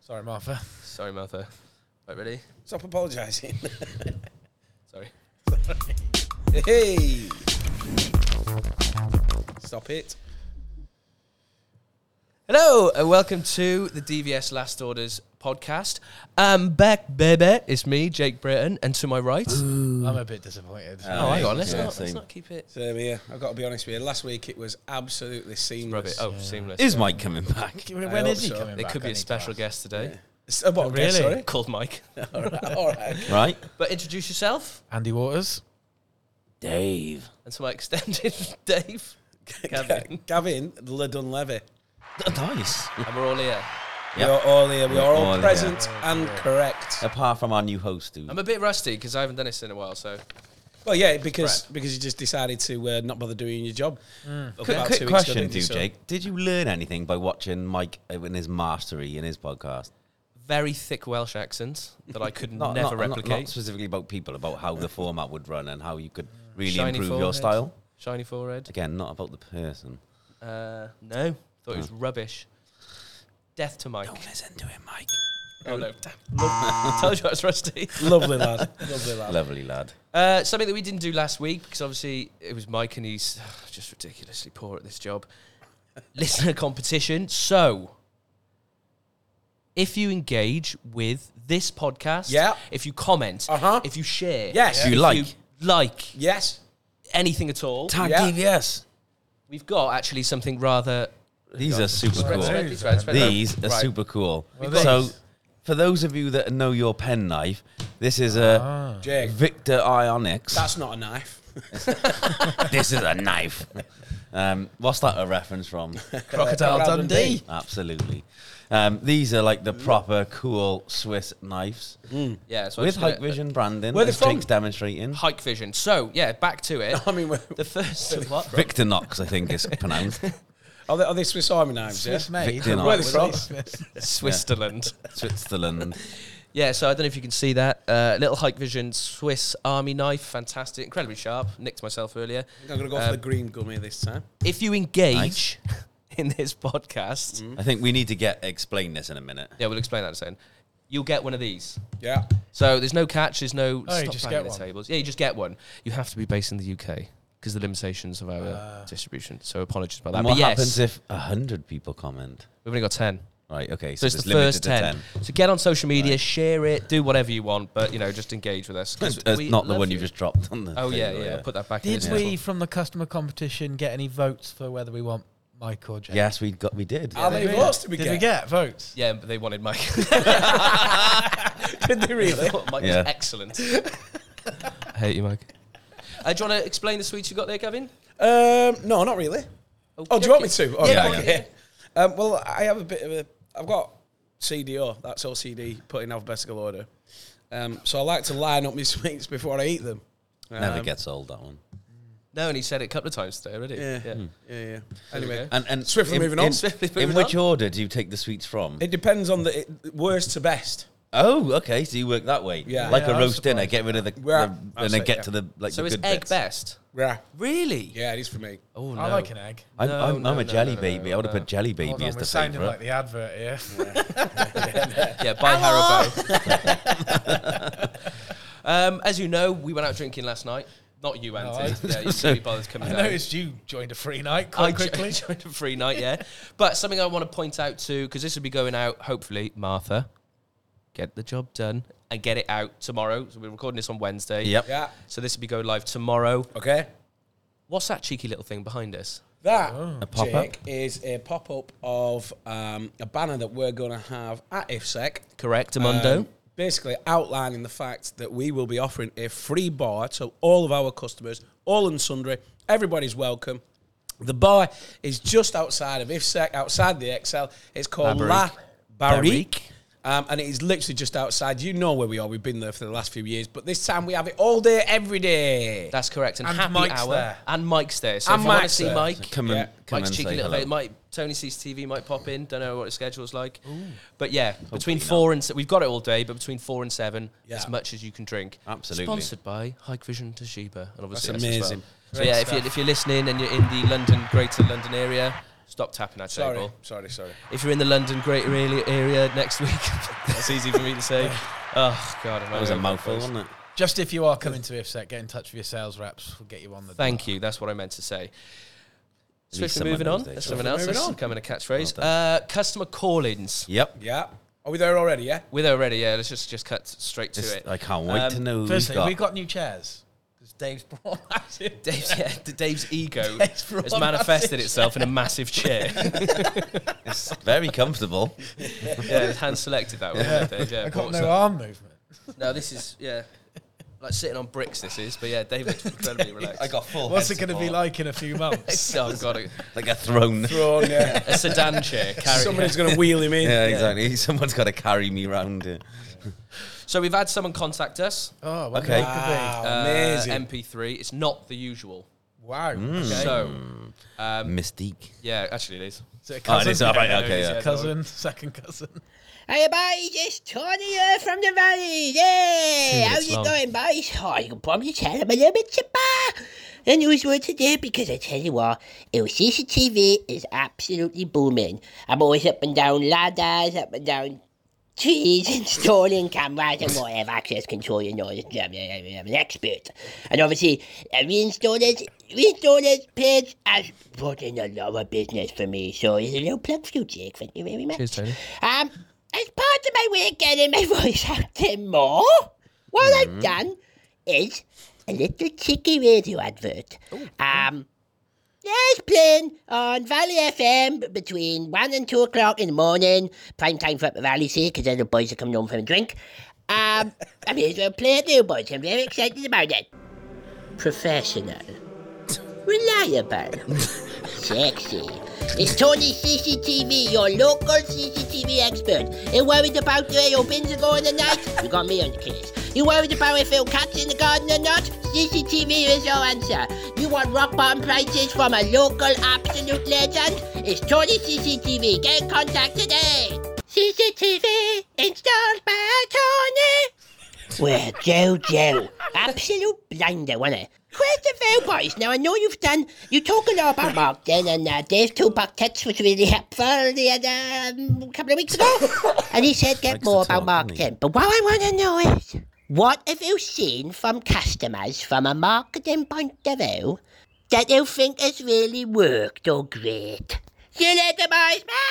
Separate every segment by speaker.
Speaker 1: Sorry, Martha.
Speaker 2: Sorry, Martha. Right, ready?
Speaker 1: Stop apologising.
Speaker 2: Sorry.
Speaker 1: hey. Stop it.
Speaker 2: Hello and welcome to the DVS Last Orders podcast. I'm back, baby. It's me, Jake Britton, and to my right.
Speaker 1: I'm a bit disappointed.
Speaker 2: oh, hang on. Let's
Speaker 3: Yeah,
Speaker 2: not. Let's
Speaker 3: same.
Speaker 2: not keep it.
Speaker 1: So yeah, I've got to be honest with you. Last week it was absolutely
Speaker 2: Rub
Speaker 1: seamless.
Speaker 2: it. Oh, seamless.
Speaker 3: Is Mike coming back?
Speaker 1: I
Speaker 4: When
Speaker 1: hope
Speaker 4: is he
Speaker 1: so.
Speaker 4: coming
Speaker 2: there
Speaker 4: back? I
Speaker 2: could be
Speaker 4: need
Speaker 2: a
Speaker 4: to
Speaker 2: special
Speaker 4: ask.
Speaker 2: guest today
Speaker 1: So, uh, what, okay,
Speaker 4: Really?
Speaker 1: Sorry.
Speaker 2: called Mike.
Speaker 1: All right. All right.
Speaker 3: Right?
Speaker 2: But introduce yourself
Speaker 4: Andy Waters.
Speaker 3: Dave.
Speaker 2: and to my extended Dave, Gavin,
Speaker 1: Gavin Le Dunlevy.
Speaker 3: Nice.
Speaker 2: and we're all here.
Speaker 1: We are all here. We are all,
Speaker 3: all here.
Speaker 1: present and correct.
Speaker 3: Apart from our new host, dude.
Speaker 2: I'm a bit rusty because I haven't done this in a while. So
Speaker 1: Well, yeah, because because you just decided to uh, not bother doing your job. Up
Speaker 3: Mm. Quick,
Speaker 1: about two
Speaker 3: quick
Speaker 1: weeks ago,
Speaker 3: question,
Speaker 1: didn't you?
Speaker 3: dude,
Speaker 1: So-
Speaker 3: Jake. Did you learn anything by watching Mike in his mastery in his podcast?
Speaker 2: very thick Welsh accents that I could
Speaker 3: Not,
Speaker 2: never
Speaker 3: not- not-
Speaker 2: replicate.
Speaker 3: Not, specifically about people, about how the format would run and how you could really
Speaker 2: Shiny
Speaker 3: improve your
Speaker 2: forehead.
Speaker 3: style.
Speaker 2: Shiny forehead.
Speaker 3: Again, not about the person.
Speaker 2: Uh, no, thought it was rubbish. Death to Mike.
Speaker 3: listen to him, Mike.
Speaker 2: Oh no! Lo- Told you I was rusty.
Speaker 1: Lovely lad. Lovely lad.
Speaker 3: Lovely lad.
Speaker 2: Uh, something that we didn't do last week because obviously it was Mike and he's just ridiculously poor at this job. Listener competition. So, if you engage with this podcast,
Speaker 1: Yeah.
Speaker 2: If you comment,
Speaker 1: Uh-huh.
Speaker 2: If you share,
Speaker 1: Yes.
Speaker 3: If you
Speaker 2: If
Speaker 3: like.
Speaker 2: like
Speaker 1: Yes.
Speaker 2: anything at all,
Speaker 3: Tag
Speaker 1: Yeah.
Speaker 3: DVS.
Speaker 2: we've got actually something rather
Speaker 3: These are super
Speaker 2: Spread,
Speaker 3: cool.
Speaker 2: spread, spread, spread,
Speaker 3: These are
Speaker 2: Right.
Speaker 3: super cool.
Speaker 4: these-
Speaker 3: so, for those of you that know your pen knife, this is a
Speaker 4: Ah.
Speaker 1: Jake,
Speaker 3: Victor Ionics.
Speaker 1: that's not a knife.
Speaker 3: this is a knife. Um, what's that a reference from?
Speaker 4: Crocodile
Speaker 1: Crocodile
Speaker 4: Dundee.
Speaker 1: Dundee.
Speaker 3: Absolutely. Um, these are like the proper cool Swiss knives
Speaker 2: yeah. So I'm
Speaker 3: with
Speaker 2: just gonna-
Speaker 3: Hike Vision branding.
Speaker 1: Where they
Speaker 3: as
Speaker 1: from?
Speaker 3: Jake's demonstrating.
Speaker 2: Hike Vision. So yeah, back to it.
Speaker 1: I mean,
Speaker 2: The first what?
Speaker 3: Victor Knox, I think, is pronounced.
Speaker 1: are they, are they Swiss Army knives? Yeah?
Speaker 4: Swiss made.
Speaker 3: Victor
Speaker 1: Where are
Speaker 3: Knox,
Speaker 1: they from?
Speaker 2: Switzerland.
Speaker 3: Switzerland. Mm-hmm.
Speaker 2: Yeah, so I don't know if you can see that. Uh, little Hike Vision Swiss Army knife, fantastic, incredibly sharp. Nicked myself earlier.
Speaker 1: I'm going to go for the green gummy this time.
Speaker 2: If you engage in this podcast,
Speaker 3: I think we need to get explain this in a minute.
Speaker 2: Mm. yeah, we'll explain that in a second. You'll get one of these.
Speaker 1: Yeah.
Speaker 2: So there's no catch, there's no
Speaker 4: Oh, you
Speaker 2: stop
Speaker 4: just
Speaker 2: banging
Speaker 4: get
Speaker 2: the
Speaker 4: one.
Speaker 2: tables. Yeah, you just get one. You have to be based in the UK because the limitations of our distribution. So apologies about that.
Speaker 3: And
Speaker 2: But
Speaker 3: what
Speaker 2: yes,
Speaker 3: happens if a hundred people comment?
Speaker 2: we've only got ten.
Speaker 3: Right. Okay.
Speaker 2: So
Speaker 3: So,
Speaker 2: it's
Speaker 3: it's
Speaker 2: the
Speaker 3: limited
Speaker 2: first
Speaker 3: to
Speaker 2: 10. So get on social media, share it, do whatever you want, but, you know, just engage with us. 'cause
Speaker 3: That's
Speaker 2: we
Speaker 3: not the
Speaker 2: love
Speaker 3: one you. just dropped on the.
Speaker 2: Oh,
Speaker 3: thing,
Speaker 2: yeah, yeah. I'll put that back
Speaker 4: Did
Speaker 2: in.
Speaker 4: we, from the customer competition, get any votes for whether we want Mike or Jake?
Speaker 3: Yes, we got. We did.
Speaker 1: How many votes did we
Speaker 4: Did
Speaker 1: get?
Speaker 4: we get votes?
Speaker 2: Yeah, but they wanted Mike.
Speaker 1: Did they really?
Speaker 2: Mike
Speaker 3: Yeah.
Speaker 2: was excellent. I hate you, Mike. Uh, do you want to explain the sweets you got there, Gavin?
Speaker 1: um, no, not really. Oh, do you want me to? Oh,
Speaker 2: Yeah,
Speaker 1: right,
Speaker 2: yeah.
Speaker 1: okay. Um, well, I have a bit of a. I've got CDO. That's OCD, put in alphabetical order. Um, so I like to line up my sweets before I eat them. Um,
Speaker 3: Never gets old that one.
Speaker 2: No, and he said it a couple of times today already.
Speaker 1: Yeah.
Speaker 3: Hmm.
Speaker 1: Yeah, yeah.
Speaker 2: we
Speaker 1: Anyway,
Speaker 2: go.
Speaker 3: And and
Speaker 1: Swiftly
Speaker 3: in-
Speaker 1: moving on.
Speaker 3: In,
Speaker 2: Swiftly
Speaker 3: in
Speaker 2: moving
Speaker 3: which
Speaker 2: on.
Speaker 3: order do you take the sweets from?
Speaker 1: it depends on the it, worst to best.
Speaker 3: Oh, okay. So you work that way.
Speaker 1: Yeah.
Speaker 3: Like
Speaker 4: Yeah,
Speaker 3: a
Speaker 4: I was
Speaker 3: roast dinner, get rid of the,
Speaker 1: Well,
Speaker 3: the
Speaker 1: I'd
Speaker 3: and
Speaker 1: say,
Speaker 3: then get
Speaker 1: yeah.
Speaker 3: to the like
Speaker 2: So
Speaker 3: the
Speaker 2: it's
Speaker 3: good
Speaker 2: egg
Speaker 3: bits.
Speaker 2: best.
Speaker 1: Yeah.
Speaker 2: Really?
Speaker 1: Yeah, it is for me.
Speaker 2: Oh, no.
Speaker 4: I like an egg.
Speaker 3: I'm,
Speaker 2: No,
Speaker 3: I'm,
Speaker 2: no,
Speaker 3: I'm
Speaker 2: no,
Speaker 3: a jelly
Speaker 2: no,
Speaker 3: baby.
Speaker 2: no,
Speaker 3: I would have
Speaker 2: no.
Speaker 3: put jelly baby
Speaker 4: Hold on,
Speaker 3: as
Speaker 4: we're
Speaker 3: the
Speaker 4: sounding
Speaker 3: favourite.
Speaker 4: like the advert here.
Speaker 2: Yeah, by Haribo. um, as you know, we went out drinking last night. Not you,
Speaker 4: I-
Speaker 2: Anthony. yeah, you couldn't be bothered coming
Speaker 4: I
Speaker 2: down.
Speaker 4: noticed you joined a free night
Speaker 2: I
Speaker 4: quite quickly.
Speaker 2: joined a free night, yeah. but something I want to point out too, because this will be going out, hopefully, Martha, get the job done and get it out tomorrow. So we're recording this on Wednesday.
Speaker 3: Yep.
Speaker 1: Yeah.
Speaker 2: So this will be going live tomorrow.
Speaker 1: Okay.
Speaker 2: What's that cheeky little thing behind us?
Speaker 1: That
Speaker 3: Oh, A pop-up?
Speaker 1: Jake, is a pop up of um, a banner that we're going to have at IFSEC.
Speaker 2: Correct,
Speaker 1: um,
Speaker 2: Amundo?
Speaker 1: basically outlining the fact that we will be offering a free bar to all of our customers, all and sundry. Everybody's welcome. The bar is just outside of IFSEC, outside the Excel. It's called La Barrique.
Speaker 2: Barrique.
Speaker 1: Um, and it is literally just outside. You know where we are. We've been there for the last few years, but this time we have it all day, every day.
Speaker 2: That's correct. And,
Speaker 4: And
Speaker 2: happy
Speaker 4: Mike's
Speaker 2: hour.
Speaker 4: there.
Speaker 2: And Mike's there. So
Speaker 1: And
Speaker 2: if you want to
Speaker 1: Mike's
Speaker 2: see
Speaker 1: there.
Speaker 2: Mike,
Speaker 3: Come
Speaker 1: Yeah.
Speaker 3: and come
Speaker 2: Mike's
Speaker 3: and
Speaker 2: cheeky
Speaker 3: say
Speaker 2: little
Speaker 3: hello.
Speaker 2: bit. Might Tony sees TV might pop in. Don't know what his schedule's like. But yeah, between
Speaker 3: not.
Speaker 2: four and se- we've got it all day. But between four and seven,
Speaker 1: Yeah.
Speaker 2: as much as you can drink.
Speaker 3: Absolutely.
Speaker 2: Sponsored by Hike Vision Toshiba, and obviously us as
Speaker 1: That's
Speaker 2: well.
Speaker 1: amazing.
Speaker 2: So yeah, if you're, if you're listening and you're in the London, Greater London area, Stop tapping our
Speaker 1: Sorry,
Speaker 2: table.
Speaker 1: sorry, sorry.
Speaker 2: If you're in the London Greater area, area next week, that's easy for me to say. Oh God, am I
Speaker 3: That was a
Speaker 2: going
Speaker 3: mouthful,
Speaker 2: backwards.
Speaker 3: wasn't it?
Speaker 4: Just if you are coming to IFSEC, get in touch with your sales reps. We'll get you on the.
Speaker 2: Thank you. That's what I meant to say. Swiftly
Speaker 3: someone
Speaker 2: moving
Speaker 3: knows
Speaker 2: on.
Speaker 3: their
Speaker 2: That's
Speaker 3: job.
Speaker 2: someone else.
Speaker 1: Moving
Speaker 2: That's
Speaker 1: on.
Speaker 2: becoming a catchphrase.
Speaker 3: Well
Speaker 2: uh, customer call-ins.
Speaker 3: Yep.
Speaker 1: Yeah. Are we there already? Yeah.
Speaker 2: We're there already. Yeah, let's just just cut straight to
Speaker 3: This-
Speaker 2: it.
Speaker 3: I can't wait
Speaker 2: Um,
Speaker 3: to know who we've
Speaker 4: Firstly,
Speaker 3: got.
Speaker 4: we've got new chairs. 'Cause Dave's brought massive.
Speaker 2: Dave's, yeah, d- Dave's ego
Speaker 4: Dave's brought
Speaker 2: has
Speaker 4: a
Speaker 2: manifested
Speaker 4: massive
Speaker 2: itself in a massive chair.
Speaker 3: It's very comfortable.
Speaker 2: yeah, hand selected that one. Yeah. Dave, yeah,
Speaker 4: I
Speaker 2: what
Speaker 4: got
Speaker 2: was
Speaker 4: no
Speaker 2: that?
Speaker 4: arm movement.
Speaker 2: No, this is yeah, like sitting on bricks. This is, but yeah, Dave looks incredibly relaxed.
Speaker 3: I got full.
Speaker 4: What's
Speaker 3: head
Speaker 4: it going to be
Speaker 3: support.
Speaker 4: like in a few months?
Speaker 2: Oh god, a,
Speaker 3: Like a throne.
Speaker 1: Thrown, yeah.
Speaker 2: a sedan chair. Carry,
Speaker 1: Somebody's going to wheel him in.
Speaker 3: Yeah, exactly. Someone's got to carry me round here.
Speaker 2: So we've had someone contact us.
Speaker 4: Oh, what
Speaker 3: Okay.
Speaker 4: it could
Speaker 1: Wow,
Speaker 4: be.
Speaker 2: uh,
Speaker 1: amazing.
Speaker 2: MP3. It's not the usual.
Speaker 4: Wow.
Speaker 2: Mm.
Speaker 4: Okay.
Speaker 2: So um,
Speaker 3: Mystique.
Speaker 2: yeah, actually it is.
Speaker 4: Is it a
Speaker 3: Oh, it
Speaker 4: cousin?
Speaker 3: is. Oh, right, okay, yeah.
Speaker 4: Cousin, second cousin.
Speaker 5: Hey boys, it's Tony here from the valley. Yeah,
Speaker 2: minutes
Speaker 5: how's it
Speaker 2: long.
Speaker 5: going, boys? Oh, you can probably tell I'm a little bit chipper. The news were today because I tell you what, it was CCTV is absolutely booming. I'm always up and down ladders, up and down trees, installing cameras and whatever access control. You know, I'm, I'm an expert. And obviously, uh, reinstallers, reinstallers page has brought in a lot of business for me. So it's a little plug for you, Jake. Thank you very much.
Speaker 2: Cheers, Tony.
Speaker 5: Um, as part of my way of getting my voice out there more, what I've done is a little cheeky radio advert. Um, there's playing on Valley FM b- between 1 and 2 o'clock in the morning. Prime time for up the Valley, see, because then the boys are coming home from a drink. Um, I mean, it's a play it, new boys. I'm very excited about it. Professional. Reliable. Sexy. It's Tony CCTV, your local CCTV expert. You worried about where your bins are going tonight? You got me on the case. You worried about if your cat's in the garden or not? CCTV is your answer. You want rock bottom prices from a local absolute legend? It's Tony CCTV. Get in contact today. CCTV installed by Tony. Well, Jojo, absolute blinder, wasn't it? Where's the veil, boys? Now, I know you've done, you talk a lot about Mark then, and uh, Dave Tupac Tits was really helpful the other um, couple of weeks ago. and he said, get
Speaker 3: Likes
Speaker 5: more
Speaker 3: to talk,
Speaker 5: about Mark
Speaker 3: doesn't he?
Speaker 5: then. But what I want to know is, what have you seen from customers from a marketing point of view that you think has really worked or great? See you later, boys. Bye!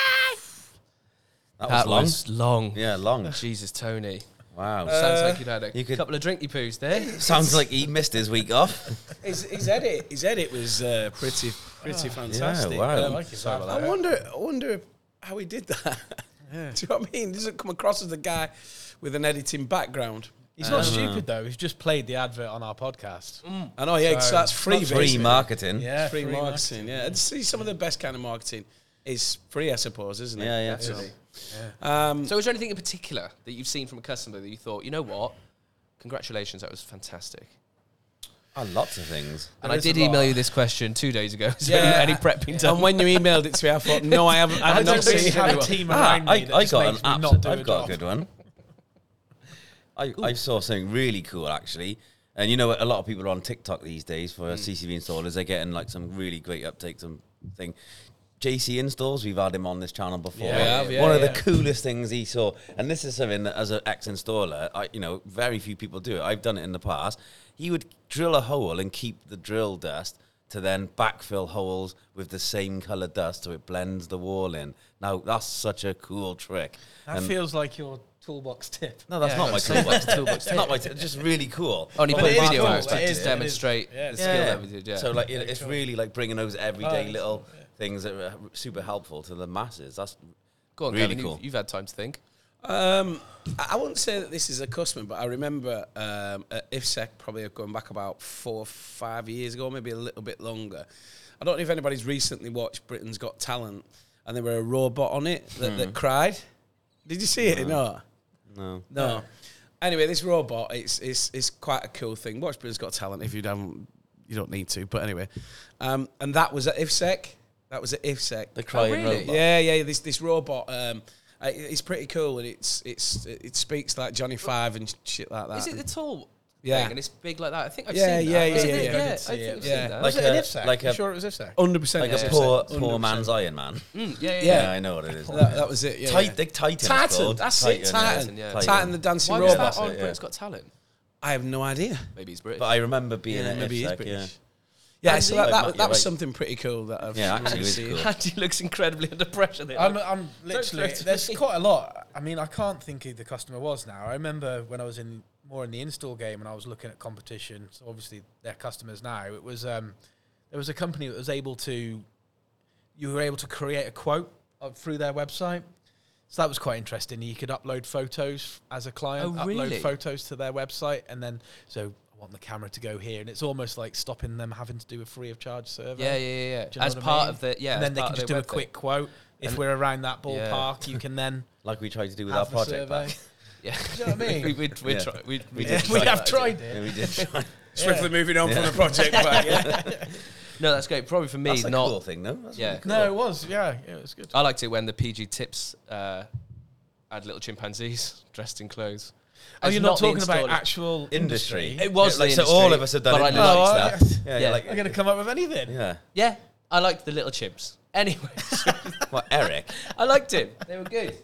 Speaker 3: That,
Speaker 2: That
Speaker 3: long.
Speaker 2: was long.
Speaker 3: Yeah, long.
Speaker 2: Jesus, Tony.
Speaker 3: Wow.
Speaker 2: Sounds like you'd had a
Speaker 3: you could-
Speaker 2: couple of drinky poos there.
Speaker 3: Sounds like he missed his week off.
Speaker 1: His, his edit, his edit was uh, pretty, pretty fantastic.
Speaker 3: wow.
Speaker 1: Um,
Speaker 3: I
Speaker 4: like it, Sorry about
Speaker 1: I wonder, I wonder how he did that. Do you know what I mean? He doesn't come across as a guy with an editing background.
Speaker 4: He's
Speaker 3: Uh,
Speaker 4: not stupid though. He's just played the advert on our podcast.
Speaker 1: I know, yeah, so that's free,
Speaker 3: Free
Speaker 1: basically.
Speaker 3: marketing.
Speaker 4: Yeah,
Speaker 1: free,
Speaker 4: free
Speaker 1: marketing,
Speaker 4: market.
Speaker 1: Yeah, and see, some of the best kind of marketing is free, I suppose, isn't it? Um,
Speaker 3: Yeah, yeah.
Speaker 1: That's
Speaker 3: It
Speaker 1: all.
Speaker 3: is.
Speaker 2: So, is there anything in particular that you've seen from a customer that you thought, you know what? Congratulations, that was fantastic.
Speaker 3: Oh, lots of things.
Speaker 2: And I did email you this question two days ago. Is there
Speaker 1: Yeah.
Speaker 2: any, any prep been done?
Speaker 1: And when you emailed it to me, I thought, no, I haven't. I
Speaker 4: I
Speaker 1: have
Speaker 4: don't
Speaker 1: not
Speaker 4: think
Speaker 1: seen
Speaker 4: you have a
Speaker 1: anyone.
Speaker 4: team
Speaker 3: Ah,
Speaker 4: around me
Speaker 3: I,
Speaker 4: that
Speaker 3: I
Speaker 4: just
Speaker 3: got an
Speaker 4: makes me
Speaker 3: abs-
Speaker 4: not do
Speaker 3: I've
Speaker 4: a
Speaker 3: got
Speaker 4: job.
Speaker 3: a good one. I, I saw something really cool actually, and you know what, a lot of people are on TikTok these days for CCV installers. They're getting like some really great uptake. Some thing. JC installs. We've had him on this channel before.
Speaker 1: Yeah, we have, yeah,
Speaker 3: one of
Speaker 1: yeah.
Speaker 3: the coolest things he saw, and this is something that as an ex installer, I you know very few people do it. I've done it in the past. He would drill a hole and keep the drill dust. To then backfill holes with the same color dust, so it blends the wall in. Now that's such a cool trick.
Speaker 4: That
Speaker 3: And-
Speaker 4: feels like your toolbox tip.
Speaker 3: no, that's
Speaker 2: Yeah,
Speaker 3: not my
Speaker 2: it's not
Speaker 3: toolbox.
Speaker 2: my toolbox.
Speaker 3: It's not my. T- it's just really cool.
Speaker 2: Only
Speaker 4: But
Speaker 2: Oh, put a
Speaker 4: it is
Speaker 2: video
Speaker 4: cool,
Speaker 2: out to
Speaker 4: it is,
Speaker 2: just
Speaker 4: it is.
Speaker 2: demonstrate
Speaker 4: Yeah.
Speaker 2: the skill that we did. Yeah.
Speaker 3: So like, it, it's really like bringing those everyday
Speaker 4: it's-
Speaker 3: little things that are super helpful to the masses. That's
Speaker 2: Go on,
Speaker 3: really
Speaker 2: Gavin,
Speaker 3: cool.
Speaker 2: You've, you've had time to think.
Speaker 1: Um, I I wouldn't say that this is a customer, but I remember um, at IFSEC probably going back about four or five years ago, maybe a little bit longer. I don't know if anybody's recently watched Britain's Got Talent, and there were a robot on it that, that cried. Did you see it? No.
Speaker 3: Hmm. no.
Speaker 1: No. Anyway, this robot, it's it's it's quite a cool thing. Watch Britain's Got Talent if you don't you don't need to, but anyway. Um, and that was at IFSEC. That was at IFSEC.
Speaker 3: The crying
Speaker 2: really?
Speaker 3: robot.
Speaker 1: Yeah, yeah. This this robot, um, uh, it- it's pretty cool, and it's it's it speaks like Johnny Five and sh- shit like that.
Speaker 2: Is it the tall?
Speaker 1: Yeah.
Speaker 2: thing, Uh, and it's big like that. I think I've
Speaker 1: Yeah,
Speaker 2: seen
Speaker 1: yeah,
Speaker 2: that.
Speaker 1: yeah,
Speaker 2: Wasn't
Speaker 1: yeah,
Speaker 2: it?
Speaker 1: yeah, I did see
Speaker 2: I
Speaker 1: it.
Speaker 2: think I've
Speaker 1: Yeah.
Speaker 2: seen that.
Speaker 3: Like
Speaker 4: Was it
Speaker 3: a-
Speaker 4: an IFSEC?
Speaker 3: like
Speaker 4: Like
Speaker 3: a-
Speaker 4: you sure it was IFSEC?
Speaker 1: Hundred percent.
Speaker 3: Like
Speaker 1: that's
Speaker 3: a
Speaker 1: what
Speaker 3: poor,
Speaker 1: I said.
Speaker 3: poor
Speaker 1: 100%.
Speaker 3: man's Iron Man.
Speaker 2: Mm, yeah, yeah,
Speaker 1: Yeah.
Speaker 2: yeah.
Speaker 3: I know what it is.
Speaker 1: That, that was it. Yeah,
Speaker 3: Titan,
Speaker 1: yeah.
Speaker 3: Like Titan. it's
Speaker 1: Titan.
Speaker 3: called.
Speaker 1: That's it.
Speaker 3: yeah.
Speaker 1: Titan.
Speaker 2: yeah.
Speaker 1: Titan,
Speaker 2: Titan.
Speaker 1: the dancing
Speaker 2: Why was
Speaker 1: robot.
Speaker 2: that
Speaker 3: That's
Speaker 2: on
Speaker 3: it, yeah.
Speaker 2: Britain's Got Talent?
Speaker 1: I have no idea.
Speaker 2: Maybe he's British.
Speaker 3: But I remember being
Speaker 1: Yeah,
Speaker 3: at
Speaker 1: maybe he's
Speaker 3: IFSEC, yeah.
Speaker 1: British. Yeah,
Speaker 3: Andy-
Speaker 1: so that,
Speaker 3: Like
Speaker 1: that,
Speaker 3: Matt,
Speaker 1: that
Speaker 3: you're
Speaker 1: was
Speaker 3: right.
Speaker 1: something pretty cool that I've
Speaker 3: Yeah, actually, it was
Speaker 1: seen.
Speaker 3: cool.
Speaker 2: Andy looks incredibly under pressure there.
Speaker 4: I'm,
Speaker 2: like-
Speaker 4: I'm literally.
Speaker 2: throw it
Speaker 4: There's
Speaker 2: to me.
Speaker 4: quite a lot. I mean, I can't think who the customer was now. I remember when I was in more in the install game and I was looking at competition. So obviously they're customers now. It was um, there was a company that was able to, you were able to create a quote uh, through their website. So that was quite interesting. You could upload photos as a client,
Speaker 2: Oh, really?
Speaker 4: upload photos to their website, and then so I want the camera to go here, and it's almost like stopping them having to do a free of charge survey.
Speaker 2: yeah, yeah, yeah. yeah.
Speaker 4: Do you know
Speaker 2: as
Speaker 4: what I
Speaker 2: part
Speaker 4: mean?
Speaker 2: of the yeah,
Speaker 4: and
Speaker 2: as
Speaker 4: then they
Speaker 2: part
Speaker 4: can
Speaker 2: of
Speaker 4: just
Speaker 2: their
Speaker 4: do a
Speaker 2: web thing.
Speaker 4: quick quote. If
Speaker 2: And-
Speaker 4: we're around that
Speaker 2: Yeah.
Speaker 4: ballpark, you can then
Speaker 3: Like we tried to do with our
Speaker 4: have the
Speaker 3: project
Speaker 4: survey.
Speaker 3: back.
Speaker 2: Yeah,
Speaker 4: Do you know what I mean?
Speaker 2: we, we, we,
Speaker 3: Yeah.
Speaker 2: try, we, we
Speaker 3: Yeah.
Speaker 2: did
Speaker 4: we
Speaker 2: try
Speaker 4: have
Speaker 2: that,
Speaker 4: tried
Speaker 3: Yeah,
Speaker 4: it.
Speaker 3: we did try.
Speaker 1: Swiftly moving on from the project. but, yeah.
Speaker 2: didn't we? No, that's great. Probably for me,
Speaker 3: That's a
Speaker 2: not.
Speaker 3: cool thing, though. That's
Speaker 2: Yeah.
Speaker 3: really cool.
Speaker 4: No, it was. Yeah, yeah, it was good.
Speaker 2: I liked it when the PG tips uh, had little chimpanzees dressed in clothes.
Speaker 4: Oh,
Speaker 2: It's
Speaker 4: you're not,
Speaker 2: the
Speaker 4: talking about
Speaker 2: installer.
Speaker 4: actual
Speaker 3: Industry.
Speaker 2: It was
Speaker 3: Yeah, like
Speaker 2: the
Speaker 3: so. All
Speaker 2: industry,
Speaker 3: of us have done
Speaker 2: but
Speaker 3: it.
Speaker 2: I
Speaker 4: Oh,
Speaker 3: like
Speaker 4: I-
Speaker 3: that. Yeah,
Speaker 2: Yeah.
Speaker 3: Like,
Speaker 4: I'm gonna come up with anything.
Speaker 3: yeah.
Speaker 2: Yeah, I liked the little chimps. Anyway,
Speaker 3: Well, Eric.
Speaker 2: I liked him. They were good.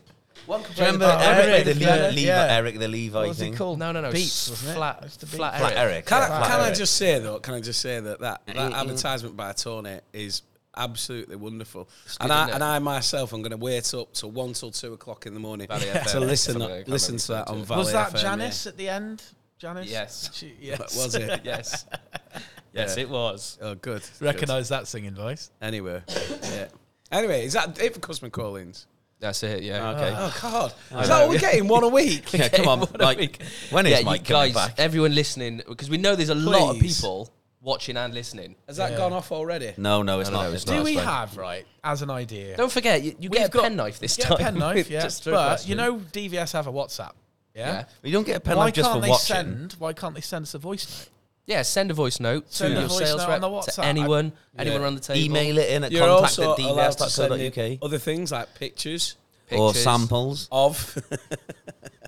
Speaker 2: One complaint.
Speaker 3: Remember
Speaker 4: Oh,
Speaker 3: Eric,
Speaker 4: Eric,
Speaker 3: the
Speaker 4: yeah.
Speaker 3: Le- Levi,
Speaker 4: Yeah.
Speaker 3: Eric the Levi
Speaker 4: What's
Speaker 3: thing?
Speaker 4: it called?
Speaker 2: No, no, no.
Speaker 4: Beats,
Speaker 2: s-
Speaker 4: wasn't it?
Speaker 2: flat,
Speaker 4: It's the Beats.
Speaker 2: flat,
Speaker 3: Flat
Speaker 2: Eric.
Speaker 3: Eric.
Speaker 1: Can,
Speaker 3: yeah,
Speaker 1: I,
Speaker 3: Flat
Speaker 1: can I
Speaker 3: Eric.
Speaker 1: just say though? Can I just say that that, that
Speaker 3: Mm.
Speaker 1: advertisement by Tony is absolutely wonderful, and
Speaker 2: good,
Speaker 1: I
Speaker 2: isn't it?
Speaker 1: and I myself am going to wait up till one till two o'clock in the morning
Speaker 2: Valley
Speaker 1: to
Speaker 2: FM,
Speaker 1: listen
Speaker 2: something like that.
Speaker 1: listen to that on
Speaker 2: Was
Speaker 1: Valley
Speaker 4: was that
Speaker 1: FM, yeah.
Speaker 4: Janice at the end? Janice.
Speaker 2: Yes.
Speaker 4: She, yes.
Speaker 1: But was it?
Speaker 2: Yes. Yes, it was.
Speaker 1: Oh, good. Good.
Speaker 4: Recognize that singing voice.
Speaker 1: Anyway, yeah. Anyway, is that it for customer call-ins?
Speaker 2: That's it. Yeah.
Speaker 3: Okay.
Speaker 1: Oh God, is that what we're getting? One a week.
Speaker 3: yeah, come on,
Speaker 2: What a
Speaker 3: Mike.
Speaker 2: week.
Speaker 3: When
Speaker 2: yeah,
Speaker 3: is
Speaker 2: you
Speaker 3: Mike
Speaker 2: guys,
Speaker 3: coming back?
Speaker 2: everyone listening, because we know there's a lot of
Speaker 1: Please.
Speaker 2: people watching and listening.
Speaker 1: Has that gone off already?
Speaker 3: No, no, it's
Speaker 2: No, no,
Speaker 3: not.
Speaker 2: no,
Speaker 3: it's
Speaker 2: it's
Speaker 3: not.
Speaker 4: Do we
Speaker 3: It's fine.
Speaker 4: have right as an idea?
Speaker 2: Don't forget, you, you get a
Speaker 4: got-
Speaker 2: penknife this
Speaker 4: Get
Speaker 2: time.
Speaker 4: a penknife, yeah.
Speaker 2: Just for a
Speaker 4: But
Speaker 2: question.
Speaker 4: you know, DVS have a WhatsApp. Yeah.
Speaker 2: yeah.
Speaker 3: We don't get a
Speaker 4: Why
Speaker 3: penalty
Speaker 4: can't
Speaker 3: just for
Speaker 4: they
Speaker 3: watching.
Speaker 4: send? Why can't they send us a voice
Speaker 2: Yeah, send a voice note
Speaker 4: Send
Speaker 2: to
Speaker 4: a
Speaker 2: your
Speaker 4: voice
Speaker 2: sales
Speaker 4: note
Speaker 2: rep,
Speaker 4: on the
Speaker 2: to
Speaker 4: WhatsApp.
Speaker 2: anyone, anyone around the table.
Speaker 3: Email it in at
Speaker 1: You're
Speaker 3: contact
Speaker 1: also
Speaker 3: at
Speaker 1: allowed to send in
Speaker 3: dvs.co.uk
Speaker 1: other things like pictures
Speaker 3: or
Speaker 2: pictures.
Speaker 3: samples.
Speaker 1: of.